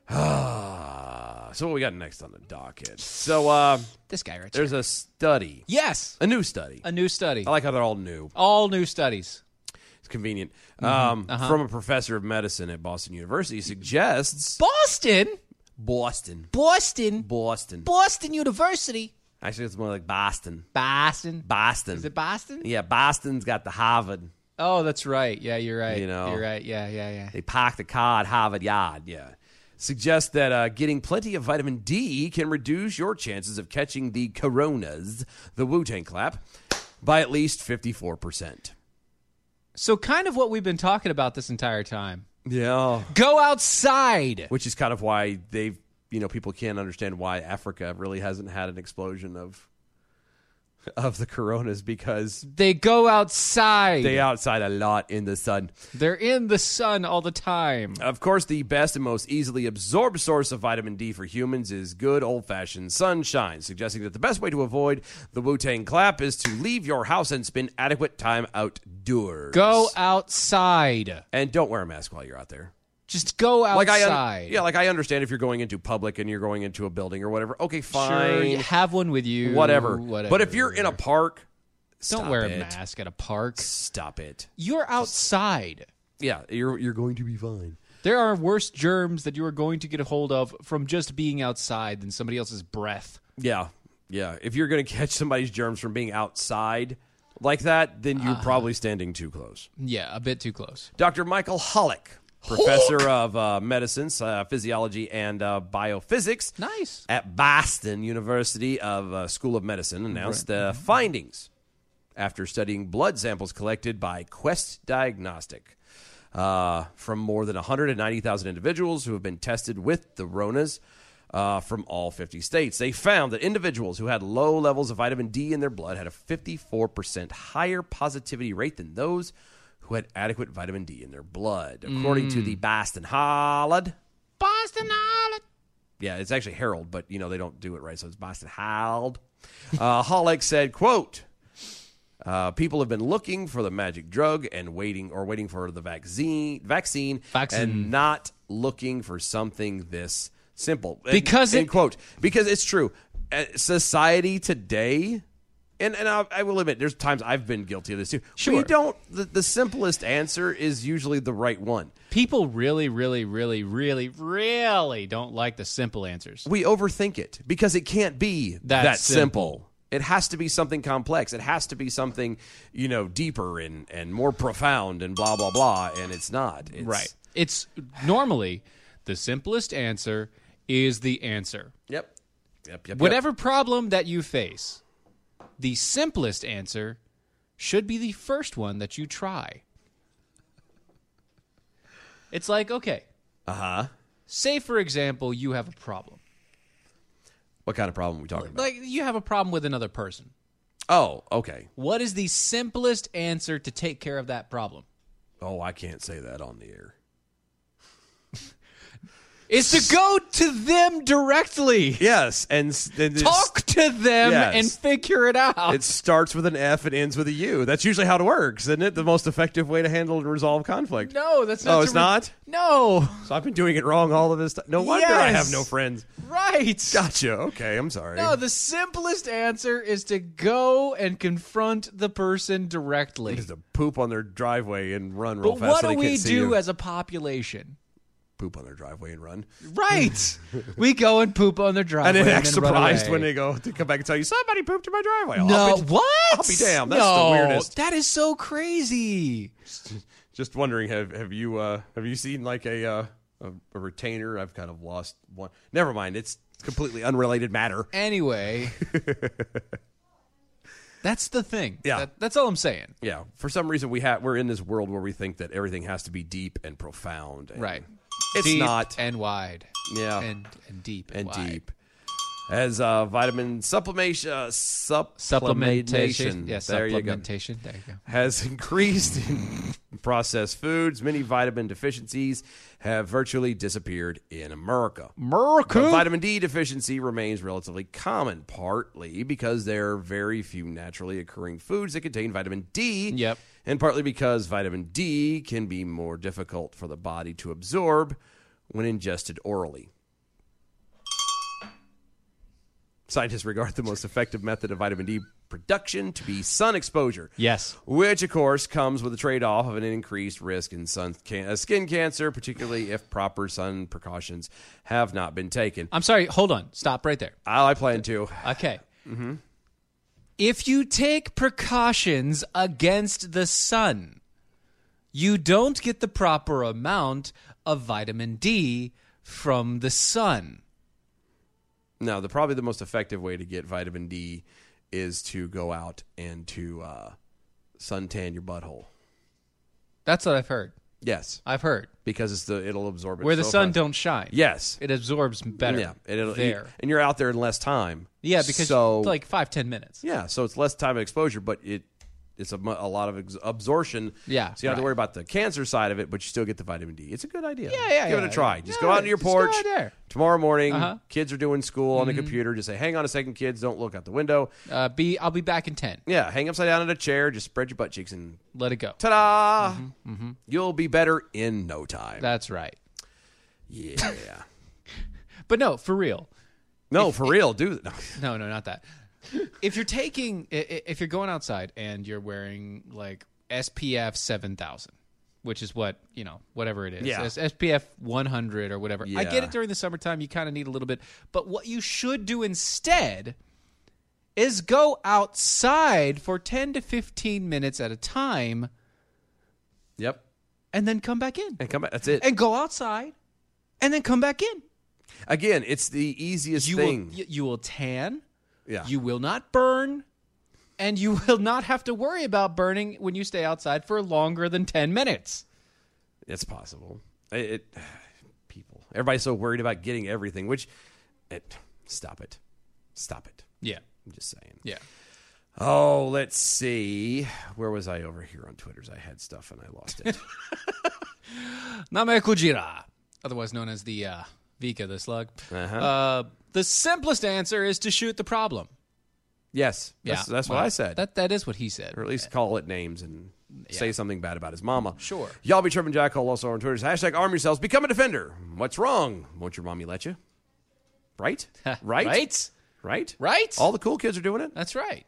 S4: Ah, so what we got next on the docket? So uh,
S5: This guy right here.
S4: there's a study,
S5: Yes.
S4: a new study.
S5: A new study.
S4: I like how they're all new.
S5: All new studies.
S4: It's convenient.
S5: Mm-hmm.
S4: Um,
S5: Uh-huh.
S4: From a professor of medicine at Boston University suggests
S5: Boston.
S4: Boston,
S5: Boston.
S4: Boston.
S5: Boston University.
S4: Actually, it's more like Boston,
S5: Boston.
S4: Boston.
S5: Is it Boston?
S4: yeah, Boston's got the Harvard.
S5: Oh, that's right. Yeah, you're right.
S4: You know.
S5: you're right. Yeah, yeah, yeah.
S4: They park the car at Harvard Yard. Yeah. Suggests that uh, getting plenty of vitamin D can reduce your chances of catching the coronas, the Wu Tang clap, by at least 54%.
S5: So, kind of what we've been talking about this entire time.
S4: Yeah.
S5: Go outside.
S4: Which is kind of why they've, you know, people can't understand why Africa really hasn't had an explosion of of the coronas because
S5: They go outside.
S4: they outside a lot in the sun.
S5: They're in the sun all the time.
S4: Of course, the best and most easily absorbed source of vitamin D for humans is good old fashioned sunshine, suggesting that the best way to avoid the Wu Tang clap is to leave your house and spend adequate time outdoors.
S5: Go outside.
S4: And don't wear a mask while you're out there.
S5: Just go outside.
S4: Like I un- yeah, like I understand if you're going into public and you're going into a building or whatever. Okay,
S5: Sure,
S4: fine.
S5: you have one with you.
S4: whatever.
S5: whatever.
S4: But if you're in a park,
S5: don't
S4: stop
S5: wear a
S4: it.
S5: mask at a park.
S4: Stop it.
S5: You're outside.
S4: Yeah, you're you're going to be fine.
S5: There are worse germs that you are going to get a hold of from just being outside than somebody else's breath.
S4: Yeah, yeah. If you're going to catch somebody's germs from being outside like that, then
S5: Ah.
S4: you're probably standing too close.
S5: Yeah, a bit too close.
S4: Dr. Michael Hollick, professor of uh, medicine, uh, physiology, and uh, biophysics.
S5: Nice.
S4: At Boston University of uh, School of Medicine, announced the findings after studying blood samples collected by Quest Diagnostic uh, from more than 190,000 individuals who have been tested with the Ronas. Uh, from all 50 states. They found that individuals who had low levels of vitamin D in their blood had a 54% higher positivity rate than those who had adequate vitamin D in their blood, according to
S5: Mm.
S4: the Boston Holland.
S5: Boston Island.
S4: Yeah, it's actually Herald, but you know they don't do it right, so it's Boston Herald. Uh, Hollick said, "Quote: uh, People have been looking for the magic drug and waiting, or waiting for the vaccine, vaccine,
S5: Vaccine.
S4: and not looking for something this simple." And-
S5: Because it-
S4: end quote, because it's true. Uh, society today. And, and I, I will admit, there's times I've been guilty of this too.
S5: Sure.
S4: We don't. The, the simplest answer is usually the right one.
S5: People really, really, really, really, really don't like the simple answers.
S4: We overthink it because it can't be
S5: That
S4: that simple. It has to be something complex. It has to be something, you know, deeper and, and more profound and blah, blah, blah. And it's not. It's,
S5: right. It's normally the simplest answer is the answer.
S4: Yep. Yep. Yep.
S5: Whatever problem that you face, the simplest answer should be the first one that you try. It's like, okay,
S4: Uh huh.
S5: say for example, you have a problem.
S4: What kind of problem are we talking about?
S5: Like you have a problem with another person.
S4: Oh, okay.
S5: What is the simplest answer to take care of that problem?
S4: Oh, I can't say that on the air.
S5: Is to go to them directly.
S4: Yes. And, s- and it's-
S5: Talk to them
S4: Yes.
S5: and figure it out.
S4: It starts with an F and ends with a U. That's usually how it works, isn't it? The most effective way to handle and resolve conflict.
S5: no, that's not
S4: Oh,
S5: to
S4: it's
S5: re-
S4: not?
S5: No.
S4: So I've been doing it wrong all of this time. No wonder I
S5: Yes.
S4: have no friends.
S5: Right.
S4: Gotcha. Okay, I'm sorry.
S5: No, the simplest answer is to go and confront the person directly.
S4: Just to poop on their driveway and run real
S5: But
S4: fast. so
S5: what do
S4: they can't
S5: we
S4: see
S5: do
S4: you.
S5: as a population?
S4: poop on their driveway and run?
S5: Right. we go and poop on their driveway.
S4: and then
S5: then
S4: act surprised when
S5: it.
S4: they go to come back and tell you somebody pooped in my driveway. I'll
S5: No,
S4: be-
S5: what?
S4: I'll be damned. That's
S5: no,
S4: the weirdest.
S5: That is so crazy.
S4: Just wondering, have have you uh, have you seen like a, uh, a a retainer? I've kind of lost one. Never mind. It's completely unrelated matter.
S5: Anyway, that's the thing.
S4: Yeah.
S5: That- that's all I'm saying.
S4: Yeah. For some reason, we have we're in this world where we think that everything has to be deep and profound. and-
S5: Right.
S4: It's
S5: Deep
S4: not.
S5: and wide.
S4: Yeah.
S5: And and deep
S4: and
S5: and, wide.
S4: deep. As uh, vitamin supplementation, uh, sup-
S5: Supplementation.
S4: supplementation.
S5: Yes,
S4: there you go.
S5: supplementation. There you go.
S4: has increased in processed foods. Many vitamin deficiencies have virtually disappeared in America.
S5: America.
S4: But vitamin D deficiency remains relatively common, partly because there are very few naturally occurring foods that contain vitamin D.
S5: Yep.
S4: And partly because vitamin D can be more difficult for the body to absorb when ingested orally. Scientists regard the most effective method of vitamin D production to be sun exposure
S5: Yes.
S4: which of course comes with a trade-off of an increased risk in sun can- uh, skin cancer particularly if proper sun precautions have not been taken
S5: I'm sorry. Hold on. Stop right there.
S4: i, I plan to
S5: Okay. If you take precautions against the sun, you don't get the proper amount of vitamin D from the sun.
S4: no the probably the most effective way to get vitamin d is to go out and to uh, suntan your butthole
S5: That's what I've heard.
S4: Yes,
S5: I've heard
S4: because it's the it'll absorb it
S5: where the
S4: so
S5: sun
S4: fast.
S5: don't shine.
S4: Yes,
S5: it absorbs better.
S4: Yeah, and it'll,
S5: there.
S4: and you're out there in less time.
S5: yeah, because
S4: so
S5: it's like five ten minutes.
S4: yeah, so it's less time of exposure, but it it's a, mu- a lot of ex- absorption.
S5: Yeah,
S4: so you don't have to
S5: right.
S4: worry about the cancer side of it, but you still get the vitamin D. It's a good idea.
S5: Yeah, yeah,
S4: Give it
S5: yeah.
S4: a try. Just go
S5: Yeah,
S4: out on your
S5: just go
S4: porch
S5: out there.
S4: tomorrow morning.
S5: Uh-huh.
S4: Kids are doing school on the
S5: Mhm.
S4: computer. Just say, "Hang on a second, kids. Don't look out the window."
S5: Uh, be I'll be back in ten.
S4: Yeah, hang upside down in a chair. Just spread your butt cheeks and
S5: let it go.
S4: Ta-da!
S5: Mm-hmm,
S4: You'll be better in no time.
S5: That's right.
S4: Yeah.
S5: but no, for real.
S4: No, for real, do no.
S5: no, no, not that. If you're taking, i- i- if you're going outside and you're wearing like SPF seven thousand, which is what you know, whatever it is,
S16: Yeah.
S5: S- SPF one hundred or whatever. I
S16: Yeah.
S5: get it during the summertime; you kind of need a little bit. But what you should do instead is go outside for ten to fifteen minutes at a time.
S4: Yep.
S5: And then come back in.
S4: And come back. That's it.
S5: And go outside, and then come back in.
S4: Again, it's the easiest
S5: you
S4: thing.
S5: Will, you, you will tan.
S4: Yeah.
S5: You will not burn, and you will not have to worry about burning when you stay outside for longer than ten minutes.
S4: It's possible. It, it- people. Everybody's so worried about getting everything, which it, stop it. Stop it.
S5: Yeah.
S4: I'm just saying.
S5: Yeah.
S4: Oh, let's see. Where was I over here on Twitter's? I had stuff and I lost it.
S5: Name Kujira, otherwise known as the uh, Vika the slug.
S4: Uh-huh.
S5: Uh, the simplest answer is to shoot the problem.
S4: yes. That's,
S5: Yeah,
S4: that's what
S5: well,
S4: I said.
S5: That that is what he said.
S4: or at least call it names and say something bad about his mama.
S5: Sure.
S4: Y'all be tripping Jack Hole also on Twitter. Hashtag arm yourselves. Become a defender. What's wrong? Won't your mommy let you? Right? right?
S5: Right?
S4: Right?
S5: Right?
S4: All the cool kids are doing it.
S5: That's right.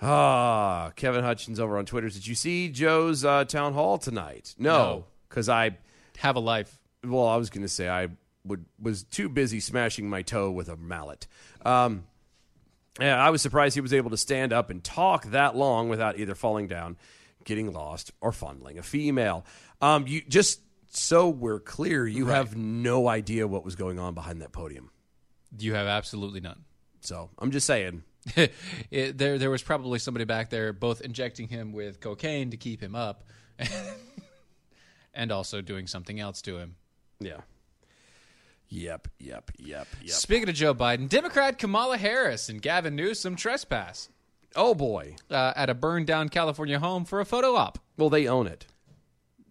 S4: Ah, Kevin Hutchins over on Twitter. Did you see Joe's uh, town hall tonight? No,
S5: No.
S4: because I
S5: have a life.
S4: Well, I was going to say I would was too busy smashing my toe with a mallet. Um, yeah, I was surprised he was able to stand up and talk that long without either falling down, getting lost, or fondling a female. Um, you just so we're clear, you have no idea what was going on behind that podium.
S5: You have absolutely none.
S4: So I'm just saying.
S5: It, there there was probably somebody back there both injecting him with cocaine to keep him up, and also doing something else to him.
S4: Yeah. Yep. Yep. Yep. Yep.
S5: Speaking of Joe Biden, Democrat Kamala Harris and Gavin Newsom trespass.
S4: Oh boy!
S5: Uh, at a burned down California home for a photo op.
S4: Well, they own it.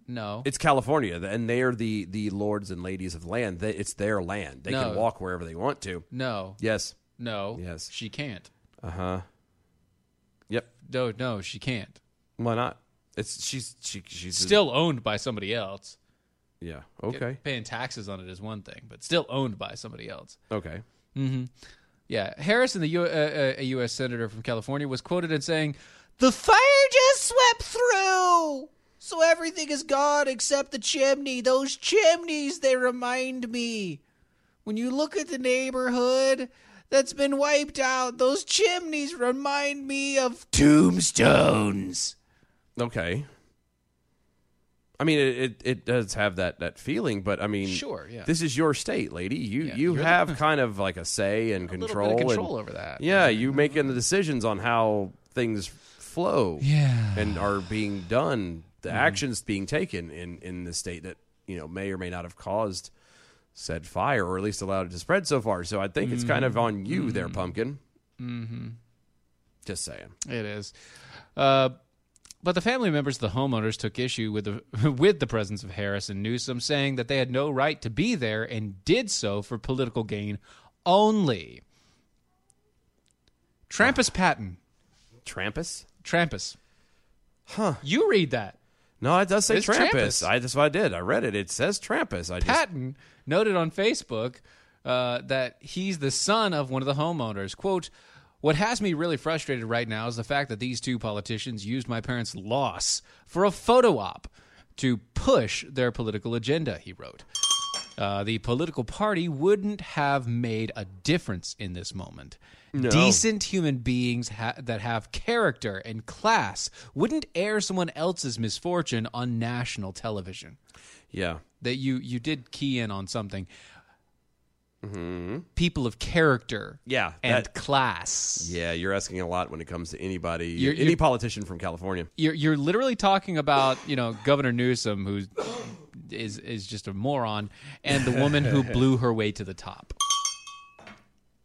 S5: No,
S4: It's California, and they are the the lords and ladies of land. They, it's their land. They can
S5: No.
S4: walk wherever they want to.
S5: no,
S4: Yes.
S5: no.
S4: Yes.
S5: she can't.
S4: Uh huh. Yep.
S5: No, no, she can't.
S4: Why not? It's she's she she's
S5: Still owned by somebody else.
S4: yeah. Okay.
S5: paying taxes on it is one thing, but still owned by somebody else.
S4: Okay.
S5: Mm-hmm. Yeah, Harrison, the U- uh, uh, a U.S. senator from California, was quoted as saying, "The fire just swept through, so everything is gone except the chimney. Those chimneys, they remind me. When you look at the neighborhood that's been wiped out, those chimneys remind me of tombstones."
S4: Okay. I mean, it, it it does have that that feeling, but I mean,
S5: Sure, yeah.
S4: This is your state, lady. You you
S5: you're the-
S4: have kind of like a say and
S5: bit of
S4: control
S5: control
S4: and-
S5: over that.
S4: Yeah, you making the decisions on how things flow.
S5: Yeah. Mm-hmm.
S4: and are being done, the actions being taken in in the state that you know may or may not have caused said fire, or at least allowed it to spread so far. So I think it's kind of on you there, pumpkin.
S5: Mm-hmm.
S4: Just saying.
S5: It is. Uh, but the family members of the homeowners took issue with the with the presence of Harris and Newsom, saying that they had no right to be there and did so for political gain only. Trampus Patton.
S4: Trampus?
S5: Trampus.
S4: Huh.
S5: You read that.
S4: No, it does say
S5: It's
S4: Trampus.
S5: Trampus.
S4: I that's what I did. I read it. It says Trampus. I just
S5: Patton noted on Facebook uh, that he's the son of one of the homeowners. Quote, what has me really frustrated right now is the fact that these two politicians used my parents' loss for a photo op to push their political agenda, he wrote. Uh, the political party wouldn't have made a difference in this moment.
S16: No.
S5: Decent human beings ha- that have character and class wouldn't air someone else's misfortune on national television
S4: yeah.
S5: that you you did key in on something. people of character
S4: Mm-hmm. Yeah,
S5: and
S4: that-
S5: class.
S4: Yeah, you're asking a lot when it comes to anybody,
S5: You're-
S4: any
S5: you're-
S4: politician from California.
S5: You're, you're literally talking about, you know, Governor Newsom, who is, is just a moron, and the woman who blew her way to the top.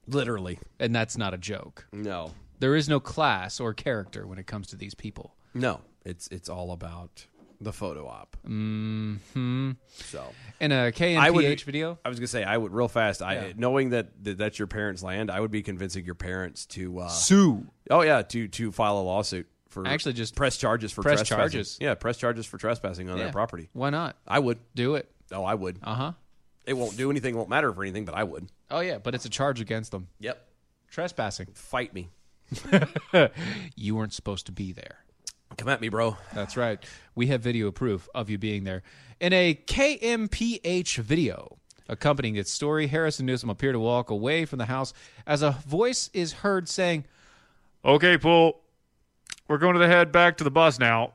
S4: Literally.
S5: And that's not a joke.
S4: No.
S5: There is no class or character when it comes to these people.
S4: No, it's it's all about the photo op.
S5: Mm-hmm.
S4: So
S5: In a
S4: I would-
S5: KNPH video?
S4: I was gonna say I would real fast. I
S5: Yeah.
S4: knowing that, that that's your parents' land, I would be convincing your parents to uh,
S5: Sue.
S4: Oh yeah, to to file a lawsuit for
S5: Actually, just
S4: press charges for
S5: press
S4: trespassing.
S5: charges.
S4: Yeah, press charges for trespassing on
S5: Yeah.
S4: their property.
S5: Why not?
S4: I would
S5: do it.
S4: Oh, I would.
S5: Uh huh.
S4: It won't do anything. Won't matter for anything, but I would.
S5: Oh, yeah, but it's a charge against them.
S4: Yep.
S5: Trespassing.
S4: Fight me.
S5: you weren't supposed to be there.
S4: Come at me, bro.
S5: That's right. We have video proof of you being there. In a KMPH video accompanying its story, Harris and Newsom appear to walk away from the house as a voice is heard saying,
S16: Okay, Pool. We're going to the head back to the bus now.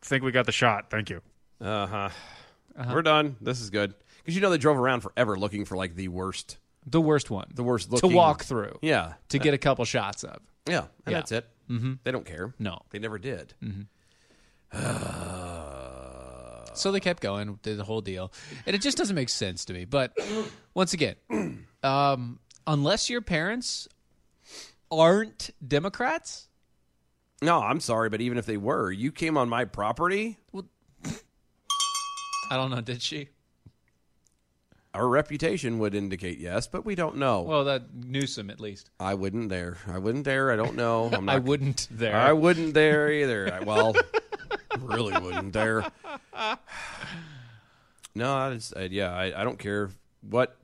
S16: Think we got the shot. Thank you.
S4: Uh huh. We're done. This is good because you know they drove around forever looking for like the worst,
S5: the worst one,
S4: the worst
S5: to
S4: looking
S5: walk through.
S4: Yeah,
S5: To get a couple shots up.
S4: Yeah, and
S5: Yeah.
S4: that's it.
S5: Mhm.
S4: They don't care.
S5: No. Mm-hmm.
S4: they never did.
S5: So they kept going, did the whole deal. And it just doesn't make sense to me. But once again, um, unless your parents aren't Democrats,
S4: No, I'm sorry, but even if they were, you came on my property.
S5: I don't know, did she?
S4: Our reputation would indicate yes, but we don't know.
S5: Well, that Newsom at least.
S4: I wouldn't there. I wouldn't there. I don't know. I'm not,
S5: I wouldn't there.
S4: I wouldn't there either. I, well, really wouldn't there. No, I just, I, yeah, I, I don't care what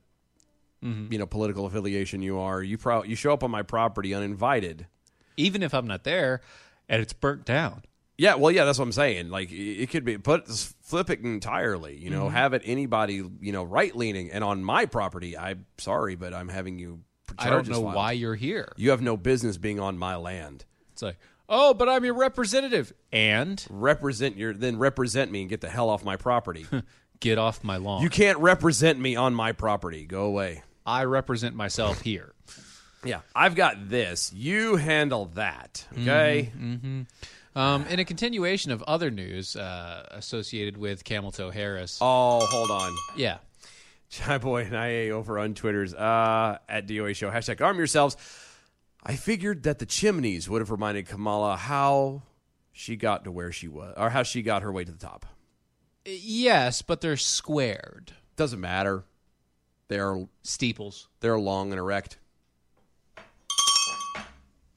S5: Mm-hmm.
S4: you know political affiliation you are. You pro- you show up on my property uninvited,
S5: even if I'm not there, and it's burnt down.
S4: Yeah, well, yeah, that's what I'm saying. Like i- it could be put flip it entirely. You know,
S5: Mhm.
S4: have it anybody you know right leaning, and on my property, I'm sorry, but I'm having you.
S5: I don't
S4: charges
S5: know
S4: filed.
S5: why you're here.
S4: You have no business being on my land.
S5: It's like, oh, but I'm your representative. And
S4: represent your then represent me and get the hell off my property.
S5: Get off my lawn.
S4: you can't represent me on my property. Go away.
S5: I represent myself here.
S4: Yeah, I've got this. You handle that. Okay.
S5: hmm Um, in a continuation of other news uh, associated with Cameltoe Harris.
S4: Oh, hold on.
S5: Yeah.
S4: Chai Boy and IA over on Twitter's uh, at DOA Show. Hashtag arm yourselves. I figured that the chimneys would have reminded Kamala how she got to where she was, or how she got her way to the top.
S5: Yes, but they're squared.
S4: Doesn't matter. They're
S5: steeples.
S4: They're long and erect.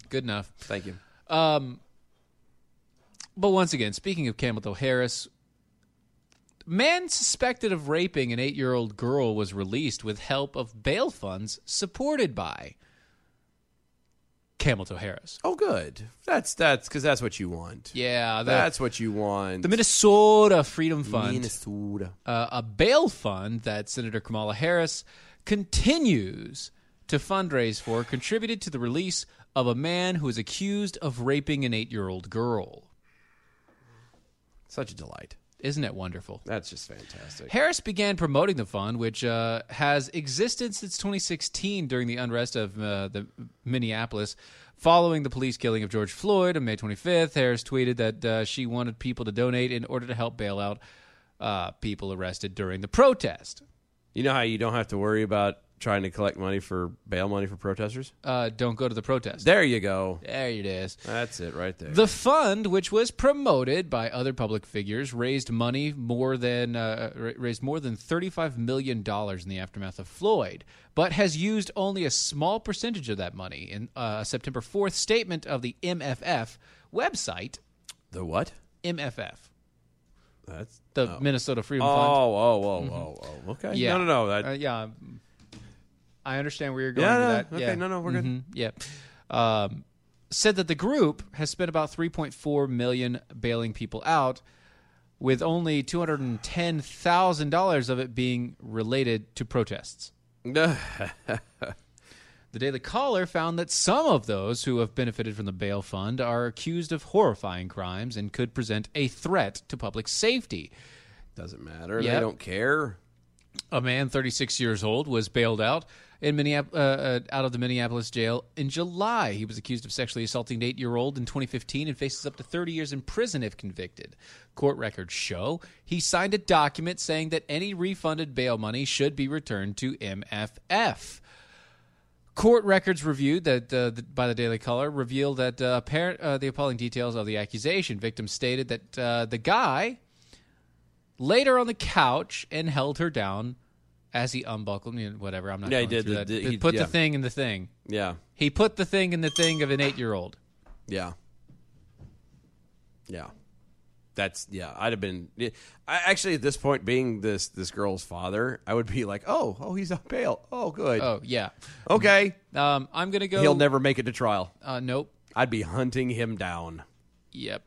S5: Good enough.
S4: Thank you.
S5: Um, but once again, speaking of Cameltoe Harris, man suspected of raping an eight-year-old girl was released with help of bail funds supported by Cameltoe Harris.
S4: Oh, good. That's that's because that's what you want.
S5: Yeah, the-
S4: that's what you want.
S5: The Minnesota Freedom Fund,
S4: Minnesota.
S5: Uh, a bail fund that Senator Kamala Harris continues to fundraise for, contributed to the release of a man who is accused of raping an eight-year-old girl.
S4: Such a delight,
S5: isn't it wonderful?
S4: That's just fantastic.
S5: Harris began promoting the fund, which uh, has existed since 2016 during the unrest of uh, the Minneapolis following the police killing of George Floyd on May 25th. Harris tweeted that uh, she wanted people to donate in order to help bail out uh, people arrested during the protest.
S4: You know how you don't have to worry about trying to collect money for bail money for protesters.
S5: Uh, don't go to the protest.
S4: There you go.
S5: There it is.
S4: That's it right there.
S5: The fund, which was promoted by other public figures, raised money more than uh, ra- raised more than thirty-five million dollars in the aftermath of Floyd, but has used only a small percentage of that money. In uh, a September fourth statement of the MFF website,
S4: the what?
S5: MFF,
S4: That's
S5: the
S4: oh.
S5: Minnesota Freedom
S4: oh,
S5: Fund.
S4: Oh, oh,
S5: Mhm.
S4: oh, oh, okay.
S5: Yeah.
S4: No, no, no. That,
S5: Uh, yeah. I understand where you're going
S4: Yeah,
S5: with
S4: no,
S5: that.
S4: okay,
S5: yeah.
S4: no, no, we're good.
S5: Mhm, Yeah. Um, said that the group has spent about 3.4 million bailing people out, with only $210,000 of it being related to protests. The Daily Caller found that some of those who have benefited from the bail fund are accused of horrifying crimes and could present a threat to public safety.
S4: Doesn't matter. They
S5: Yep.
S4: don't care.
S5: A man, 36 years old, was bailed out in Minneap- uh, uh, out of the Minneapolis jail in July. He was accused of sexually assaulting an eight-year-old in 2015 and faces up to 30 years in prison if convicted. Court records show he signed a document saying that any refunded bail money should be returned to MFF. Court records reviewed that uh, the, by the Daily Caller revealed that uh, apparent uh, the appalling details of the accusation. Victim stated that uh, the guy laid her on the couch and held her down as he unbuckled you know, whatever. I'm not.
S4: Yeah, he
S5: going
S4: did
S5: through
S4: the-
S5: that.
S4: the-
S5: He
S4: he-
S5: put
S4: yeah.
S5: the thing in the thing.
S4: Yeah.
S5: He put the thing in the thing of an eight year old.
S4: Yeah. Yeah. That's yeah. I'd have been I, actually at this point being this this girl's father. I would be like, oh, oh, he's on bail. Oh, good.
S5: Oh yeah.
S4: Okay.
S5: Um, I'm gonna go.
S4: He'll never make it to trial.
S5: Uh, nope.
S4: I'd be hunting him down.
S5: Yep.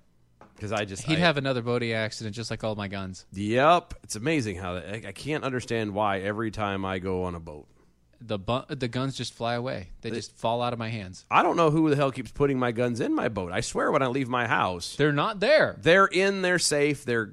S4: Because I just
S5: He'd
S4: I-
S5: have another boating accident just like all my guns.
S4: Yep. It's amazing how that, I, I can't understand why every time I go on a boat.
S5: The bu- the guns just fly away. They
S4: They-
S5: just fall out of my hands.
S4: I don't know who the hell keeps putting my guns in my boat. I swear when I leave my house,
S5: they're not there.
S4: They're in, they're safe, they're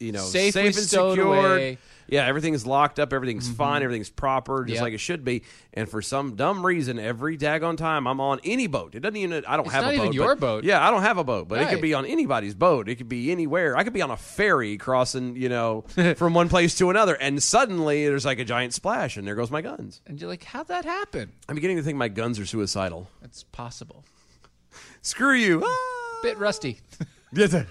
S4: you know,
S5: Safely
S4: safe and
S5: stowed
S4: secured.
S5: away.
S4: Yeah, everything's locked up, everything's
S5: Mhm.
S4: fine, everything's proper, just
S5: Yep.
S4: like it should be. And for some dumb reason, every daggone time I'm on any boat, it doesn't even I don't
S5: It's
S4: have
S5: not
S4: a boat.
S5: even your
S4: but-
S5: boat.
S4: Yeah, I don't have a boat, but it
S5: Right.
S4: could be on anybody's boat. It could be anywhere. I could be on a ferry crossing, you know, from one place to another, and suddenly there's like a giant splash, and there goes my guns.
S5: And you're like, how'd that happen?
S4: I'm beginning to think my guns are suicidal.
S5: It's possible.
S4: Screw you.
S5: Ah. Bit rusty.
S4: Yes, sir.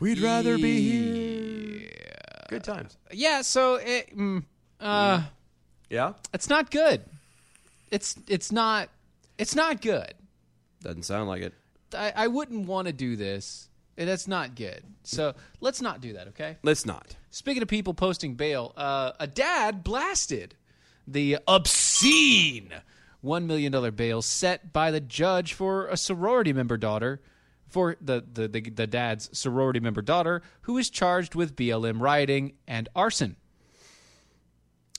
S4: We'd rather be
S5: here.
S4: Good times.
S5: Yeah. So it. Mm, uh,
S4: Yeah,
S5: it's not good. It's it's not it's not good.
S4: doesn't sound like it.
S5: I, I wouldn't want to do this. Eh, That's not good. So let's not do that. Okay.
S4: Let's not.
S5: Speaking of people posting bail, uh, a dad blasted the obscene one million dollar bail set by the judge for a sorority member daughter, for the the, the the dad's sorority member daughter who is charged with BLM rioting and arson.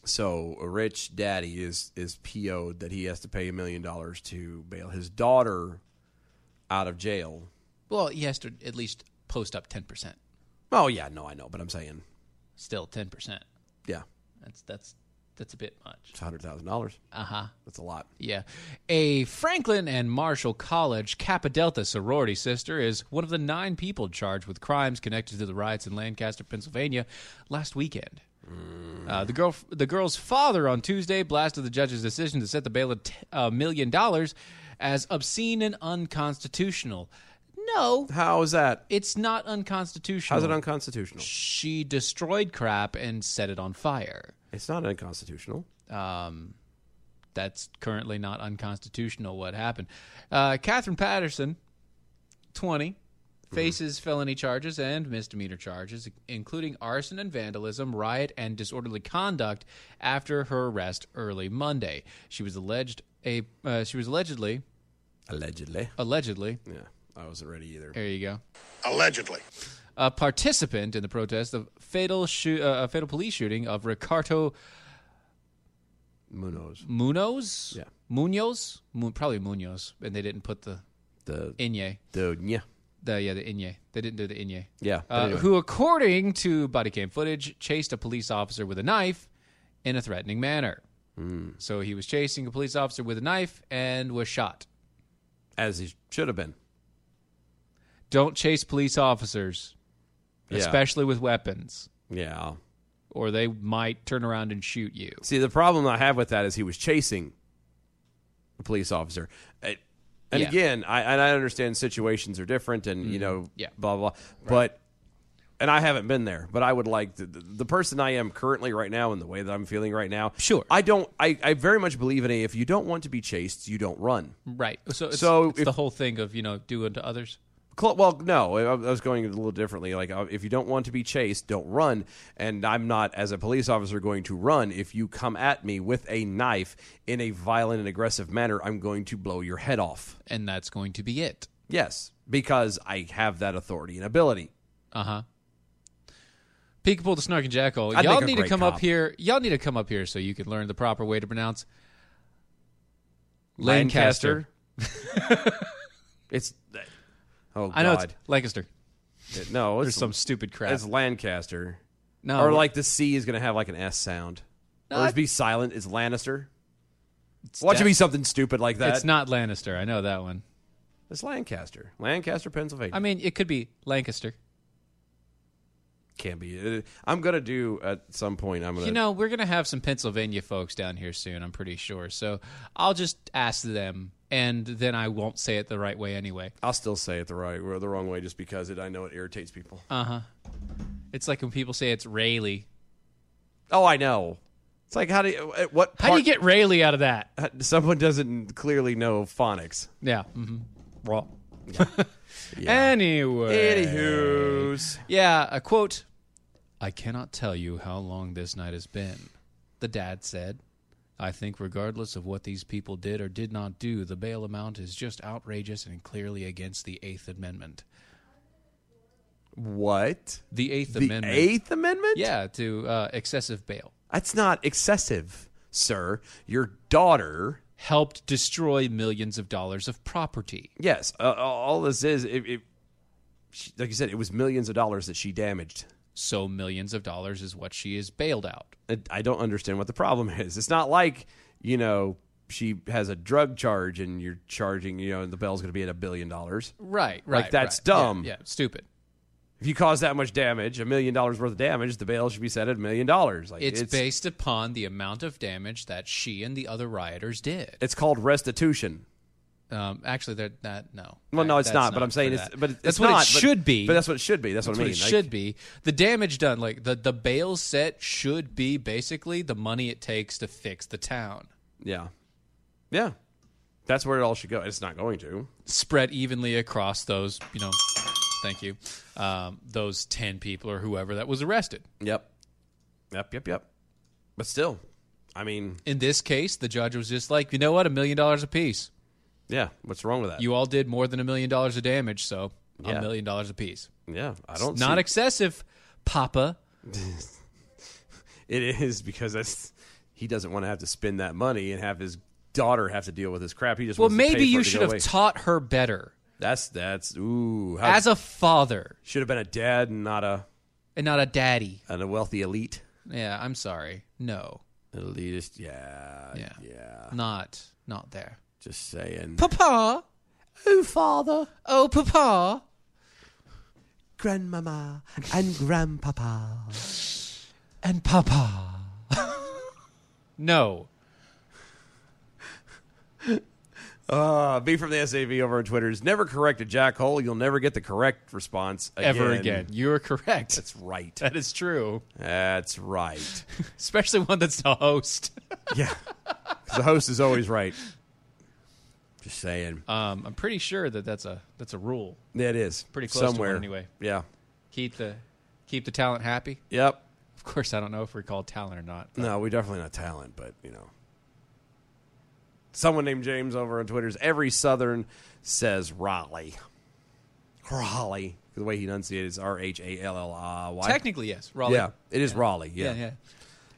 S4: So a rich daddy is is PO'd that he has to pay a million dollars to bail his daughter out of jail.
S5: Well, he has to at least post up ten percent.
S4: Oh yeah, no, I know, but I'm saying
S5: Still ten percent.
S4: Yeah.
S5: That's that's that's a bit much.
S4: it's hundred thousand dollars.
S5: Uh huh.
S4: That's a lot.
S5: Yeah. A Franklin and Marshall College Kappa Delta sorority sister is one of the nine people charged with crimes connected to the riots in Lancaster, Pennsylvania last weekend.
S4: Mm.
S5: Uh, the girl, the girl's father, on Tuesday blasted the judge's decision to set the bail at a million dollars as obscene and unconstitutional. No,
S4: how is that?
S5: It's not unconstitutional.
S4: How's it unconstitutional?
S5: She destroyed crap and set it on fire.
S4: It's not unconstitutional.
S5: Um, that's currently not unconstitutional. What happened? Uh, Catherine Patterson, twenty, faces felony charges and misdemeanor charges, including arson and vandalism, riot and disorderly conduct. After her arrest early Monday, she was alleged a uh, she was allegedly
S4: allegedly
S5: allegedly
S4: yeah I wasn't ready either.
S5: there you go
S11: Allegedly.
S5: a participant in the protest of fatal shoo- uh, a fatal police shooting of Ricardo
S4: Munoz.
S5: Munoz?
S4: Yeah.
S5: Munoz? Mu- probably Munoz. And they didn't put the
S4: the
S5: Inye.
S4: The yeah.
S5: The yeah, the Inye. They didn't do the Inye.
S4: Yeah, but
S5: Uh,
S4: anyway.
S5: Who, according to body cam footage, chased a police officer with a knife in a threatening manner.
S4: Hmm.
S5: So he was chasing a police officer with a knife and was shot.
S4: As he should have been.
S5: Don't chase police officers,
S4: Yeah.
S5: especially with weapons,
S4: Yeah.
S5: or they might turn around and shoot you.
S4: See, the problem I have with that is he was chasing a police officer. Uh, And
S5: Yeah. Mm-hmm.
S4: again, I and I understand situations are different, and you know,
S5: Yeah.
S4: blah blah. blah. But and I haven't been there, but I would like the, the, the person I am currently right now and the way that I'm feeling right now. Sure, I don't. I, I very much believe in a if you don't want to be chased, you don't run.
S5: Right. So it's,
S4: So
S5: it's
S4: if-
S5: the whole thing of, you know, do unto others.
S4: Cl- well, no, I, I was going a little differently. Like, uh, if you don't want to be chased, don't run. And I'm not, as a police officer, going to run. If you come at me with a knife in a violent and aggressive manner, I'm going to blow your head off.
S5: And that's going to be it.
S4: Yes, because I have that authority and ability.
S5: Uh huh. Peekable the Snark and Jackal.
S4: I'd
S5: y'all
S4: make a
S5: need to
S4: great
S5: come up
S4: cop.
S5: here. Y'all need to come up here so you can learn the proper way to pronounce
S4: Lancaster. it's. Oh, God.
S5: I know it's Lancaster.
S4: It- no, it's,
S5: There's some stupid crap.
S4: It's Lancaster.
S5: No.
S4: Or like the C is going to have like an S sound.
S5: No,
S4: or
S5: I-
S4: it's be silent. Is Lannister? Watch it be something stupid like that.
S5: It's not Lannister. I know that one.
S4: It's Lancaster. Lancaster, Pennsylvania.
S5: I mean, it could be Lancaster.
S4: Can't be. Uh, I'm gonna do at some point. I'm gonna.
S5: You know, we're going to have some Pennsylvania folks down here soon, I'm pretty sure. So I'll just ask them, and then I won't say it the right way anyway.
S4: I'll still say it the right or the wrong way just because it. I know it irritates people.
S5: Uh huh. It's like when people say it's Rayleigh.
S4: Oh, I know. It's like how do you, at what
S5: How do you get Rayleigh out of that?
S4: Someone doesn't clearly know phonics.
S5: Yeah. Mm-hmm. Raw.
S4: Yeah.
S5: Anyway.
S4: Anywho's.
S5: Yeah, a quote I cannot tell you how long this night has been, the dad said. I think, regardless of what these people did or did not do, the bail amount is just outrageous and clearly against the Eighth Amendment.
S4: What?
S5: The Eighth
S4: The
S5: Amendment.
S4: Eighth Amendment?
S5: Yeah, to uh, excessive bail.
S4: That's not excessive, sir. Your daughter
S5: helped destroy millions of dollars of property.
S4: Yes, uh, all this is, it, it, she, like you said, it was millions of dollars that she damaged.
S5: So millions of dollars is what she is bailed out.
S4: I don't understand what the problem is. It's not like you know she has a drug charge and you're charging, you know, and the bell's going to be at a billion dollars.
S5: Right, right.
S4: Like that's
S5: right.
S4: dumb.
S5: Yeah, yeah, stupid.
S4: If you cause that much damage, a million dollars worth of damage, the bail should be set at a million dollars. Like
S5: it's, based upon the amount of damage that she and the other rioters did.
S4: It's called restitution.
S5: Um, actually, they're that no.
S4: Well, no, it's
S5: That's
S4: not. But I'm
S5: for
S4: saying, it's,
S5: that.
S4: but it's
S5: that's what
S4: not,
S5: it
S4: but-
S5: should be.
S4: But that's what it should be. That's, what I mean.
S5: It
S4: Like,
S5: should be the damage done. Like the the bail set should be basically the money it takes to fix the town,
S4: Yeah, yeah. That's where it all should go. It's not going to.
S5: spread evenly across those. You know, thank you. Um, those ten people or whoever that was arrested.
S4: Yep. Yep. Yep. Yep. But still, I mean,
S5: In this case, the judge was just like, you know what, a million dollars apiece.
S4: yeah. What's wrong with that?
S5: You all did more than a million dollars of damage, so
S4: Yeah.
S5: a million dollars apiece.
S4: yeah, I don't.
S5: It's not
S4: see-
S5: excessive, Papa.
S4: it is because that's he doesn't want to have to spend that money and have his daughter have to deal with his crap. He just
S5: Well,
S4: wants to pay
S5: maybe
S4: for it
S5: you
S4: to
S5: should
S4: go
S5: have
S4: away.
S5: taught her better
S4: That's that's ooh. How,
S5: as a father
S4: should have been a dad and not a
S5: and not a daddy.
S4: and a wealthy elite.
S5: Yeah, I'm sorry. No,
S4: Elitist, yeah,
S5: Uh, Yeah. not not there.
S4: Just saying,
S5: Papa,
S4: oh father,
S5: oh Papa.
S4: grandmama and grandpapa.
S5: and Papa. no.
S4: Uh, B from the SAV over on Twitter is never correct a jackhole. You'll never get the correct response
S5: Ever again. You are correct.
S4: That's right.
S5: That is true.
S4: That's right.
S5: Especially one that's the host.
S4: Yeah. 'Cause the host is always right. Just saying.
S5: Um, I'm pretty sure that that's a that's a rule.
S4: Yeah, it is.
S5: Pretty close to one
S4: Somewhere.
S5: anyway.
S4: Yeah.
S5: Keep the keep the talent happy.
S4: Yep.
S5: Of course, I don't know if we're called talent or not.
S4: No, we definitely not talent, but you know. Someone named James over on Twitter's every Southern says Raleigh. Raleigh. The way he enunciates is R H A L L I Y.
S5: Technically, yes, Raleigh.
S4: Yeah. It is Raleigh. Yeah.
S5: yeah, yeah.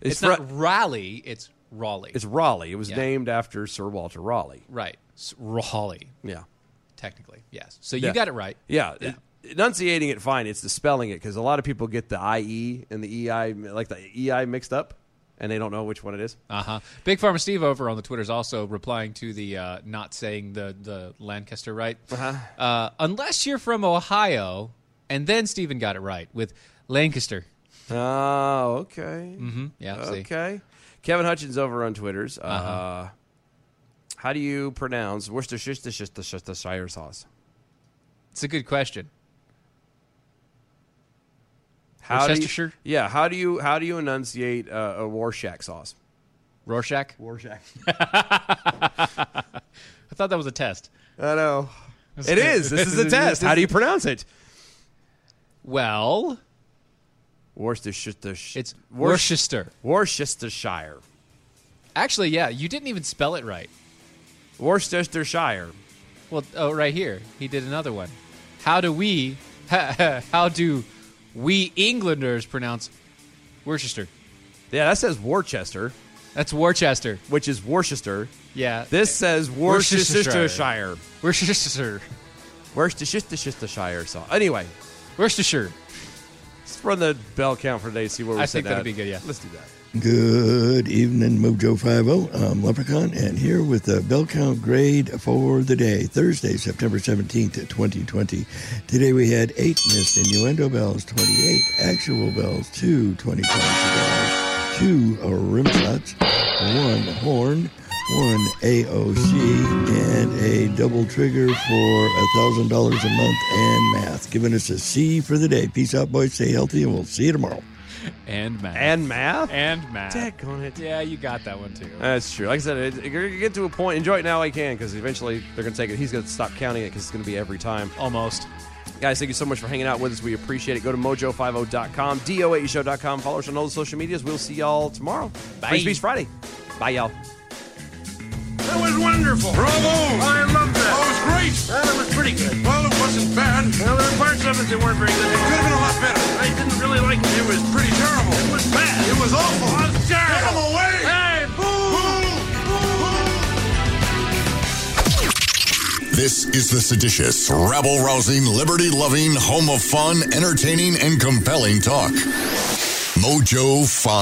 S4: It's,
S5: It's,
S4: Ra-
S5: not Raleigh. It's Raleigh.
S4: it's Raleigh. It was
S5: Yeah.
S4: named after Sir Walter Raleigh.
S5: right. It's Raleigh,
S4: Yeah.
S5: technically. Yes. So you
S4: Yeah.
S5: got it right.
S4: Yeah. Enunciating it fine. It's the spelling it because a lot of people get the IE and the EI, like the EI mixed up, and they don't know which one it is.
S5: Uh huh. Big Pharma Steve over on the Twitter's also replying to the uh, not saying the the Lancaster right. Uh-huh. unless you're from Ohio, and then Steven got it right with Lancaster.
S4: Oh, okay.
S5: Uh-huh. Mm-hmm. Yeah. see. Uh-huh.
S4: Okay. Kevin Hutchins over on Twitter's. uh how do you pronounce Worcestershire sauce?
S5: It's a good question.
S4: How do you-
S5: Worcestershire?
S4: yeah. How do you how do you enunciate uh, a Rorschach sauce?
S5: Rorschach.
S4: Rorschach.
S5: I thought that was a test.
S4: I know. It is. This is a test. How do you pronounce it?
S5: Well,
S4: Worcestershire.
S5: it's
S4: Worcestershire.
S5: Worcester.
S4: Worcestershire.
S5: Actually, yeah, you didn't even spell it right.
S4: Worcestershire.
S5: Well, oh, right here, he did another one. How do we? how do we Englanders pronounce Worcester?
S4: Yeah, that says Worcester,
S5: That's Worcester.
S4: which is Worcester.
S5: Yeah.
S4: This says Worcestershire.
S5: Uh, Worcestershire. Worcestershire.
S4: Worcestershire sauce. Anyway,
S5: Worcestershire.
S4: let's run the bell count for today. See where we
S5: I
S4: sit
S5: think that'd
S4: at.
S5: be good, yeah.
S4: let's do that.
S17: Good evening, Mojo 50. I'm Leprechaun, and here with the bell count grade for the day, Thursday, September 17th, 2020. Today we had eight missed innuendo bells, 28 actual bells, two 20 bells, two uh, rim shots, one horn, one AOC, and a double trigger for $1,000 a month and math, giving us a C for the day. Peace out, boys. Stay healthy, and we'll see you tomorrow.
S5: And math.
S4: And math?
S5: And math.
S4: Deck on it.
S5: Yeah, you got that one too.
S4: That's true. Like I said, it, you're gonna get to a point. Enjoy it now, I can, because eventually they're gonna take it. He's gonna stop counting it because it's gonna be every time.
S5: Almost.
S4: Guys, thank you so much for hanging out with us. We appreciate it. Go to mojo50.com, doaeshow.com. Follow us on all the social medias. We'll see y'all tomorrow.
S1: Bye.
S4: Freeze Beach Friday. Bye, y'all.
S1: That was wonderful. Bravo! I loved that. That was great. Well, it was pretty good. Well, it wasn't bad. Well, there were parts of it that weren't very good. It could have been a lot better. I didn't really like it. It was pretty terrible. It was bad. It was awful. It was terrible. Get him away! Hey, boo!
S18: This is the seditious, rabble rousing, liberty loving, home of fun, entertaining, and compelling talk. Mojo 5.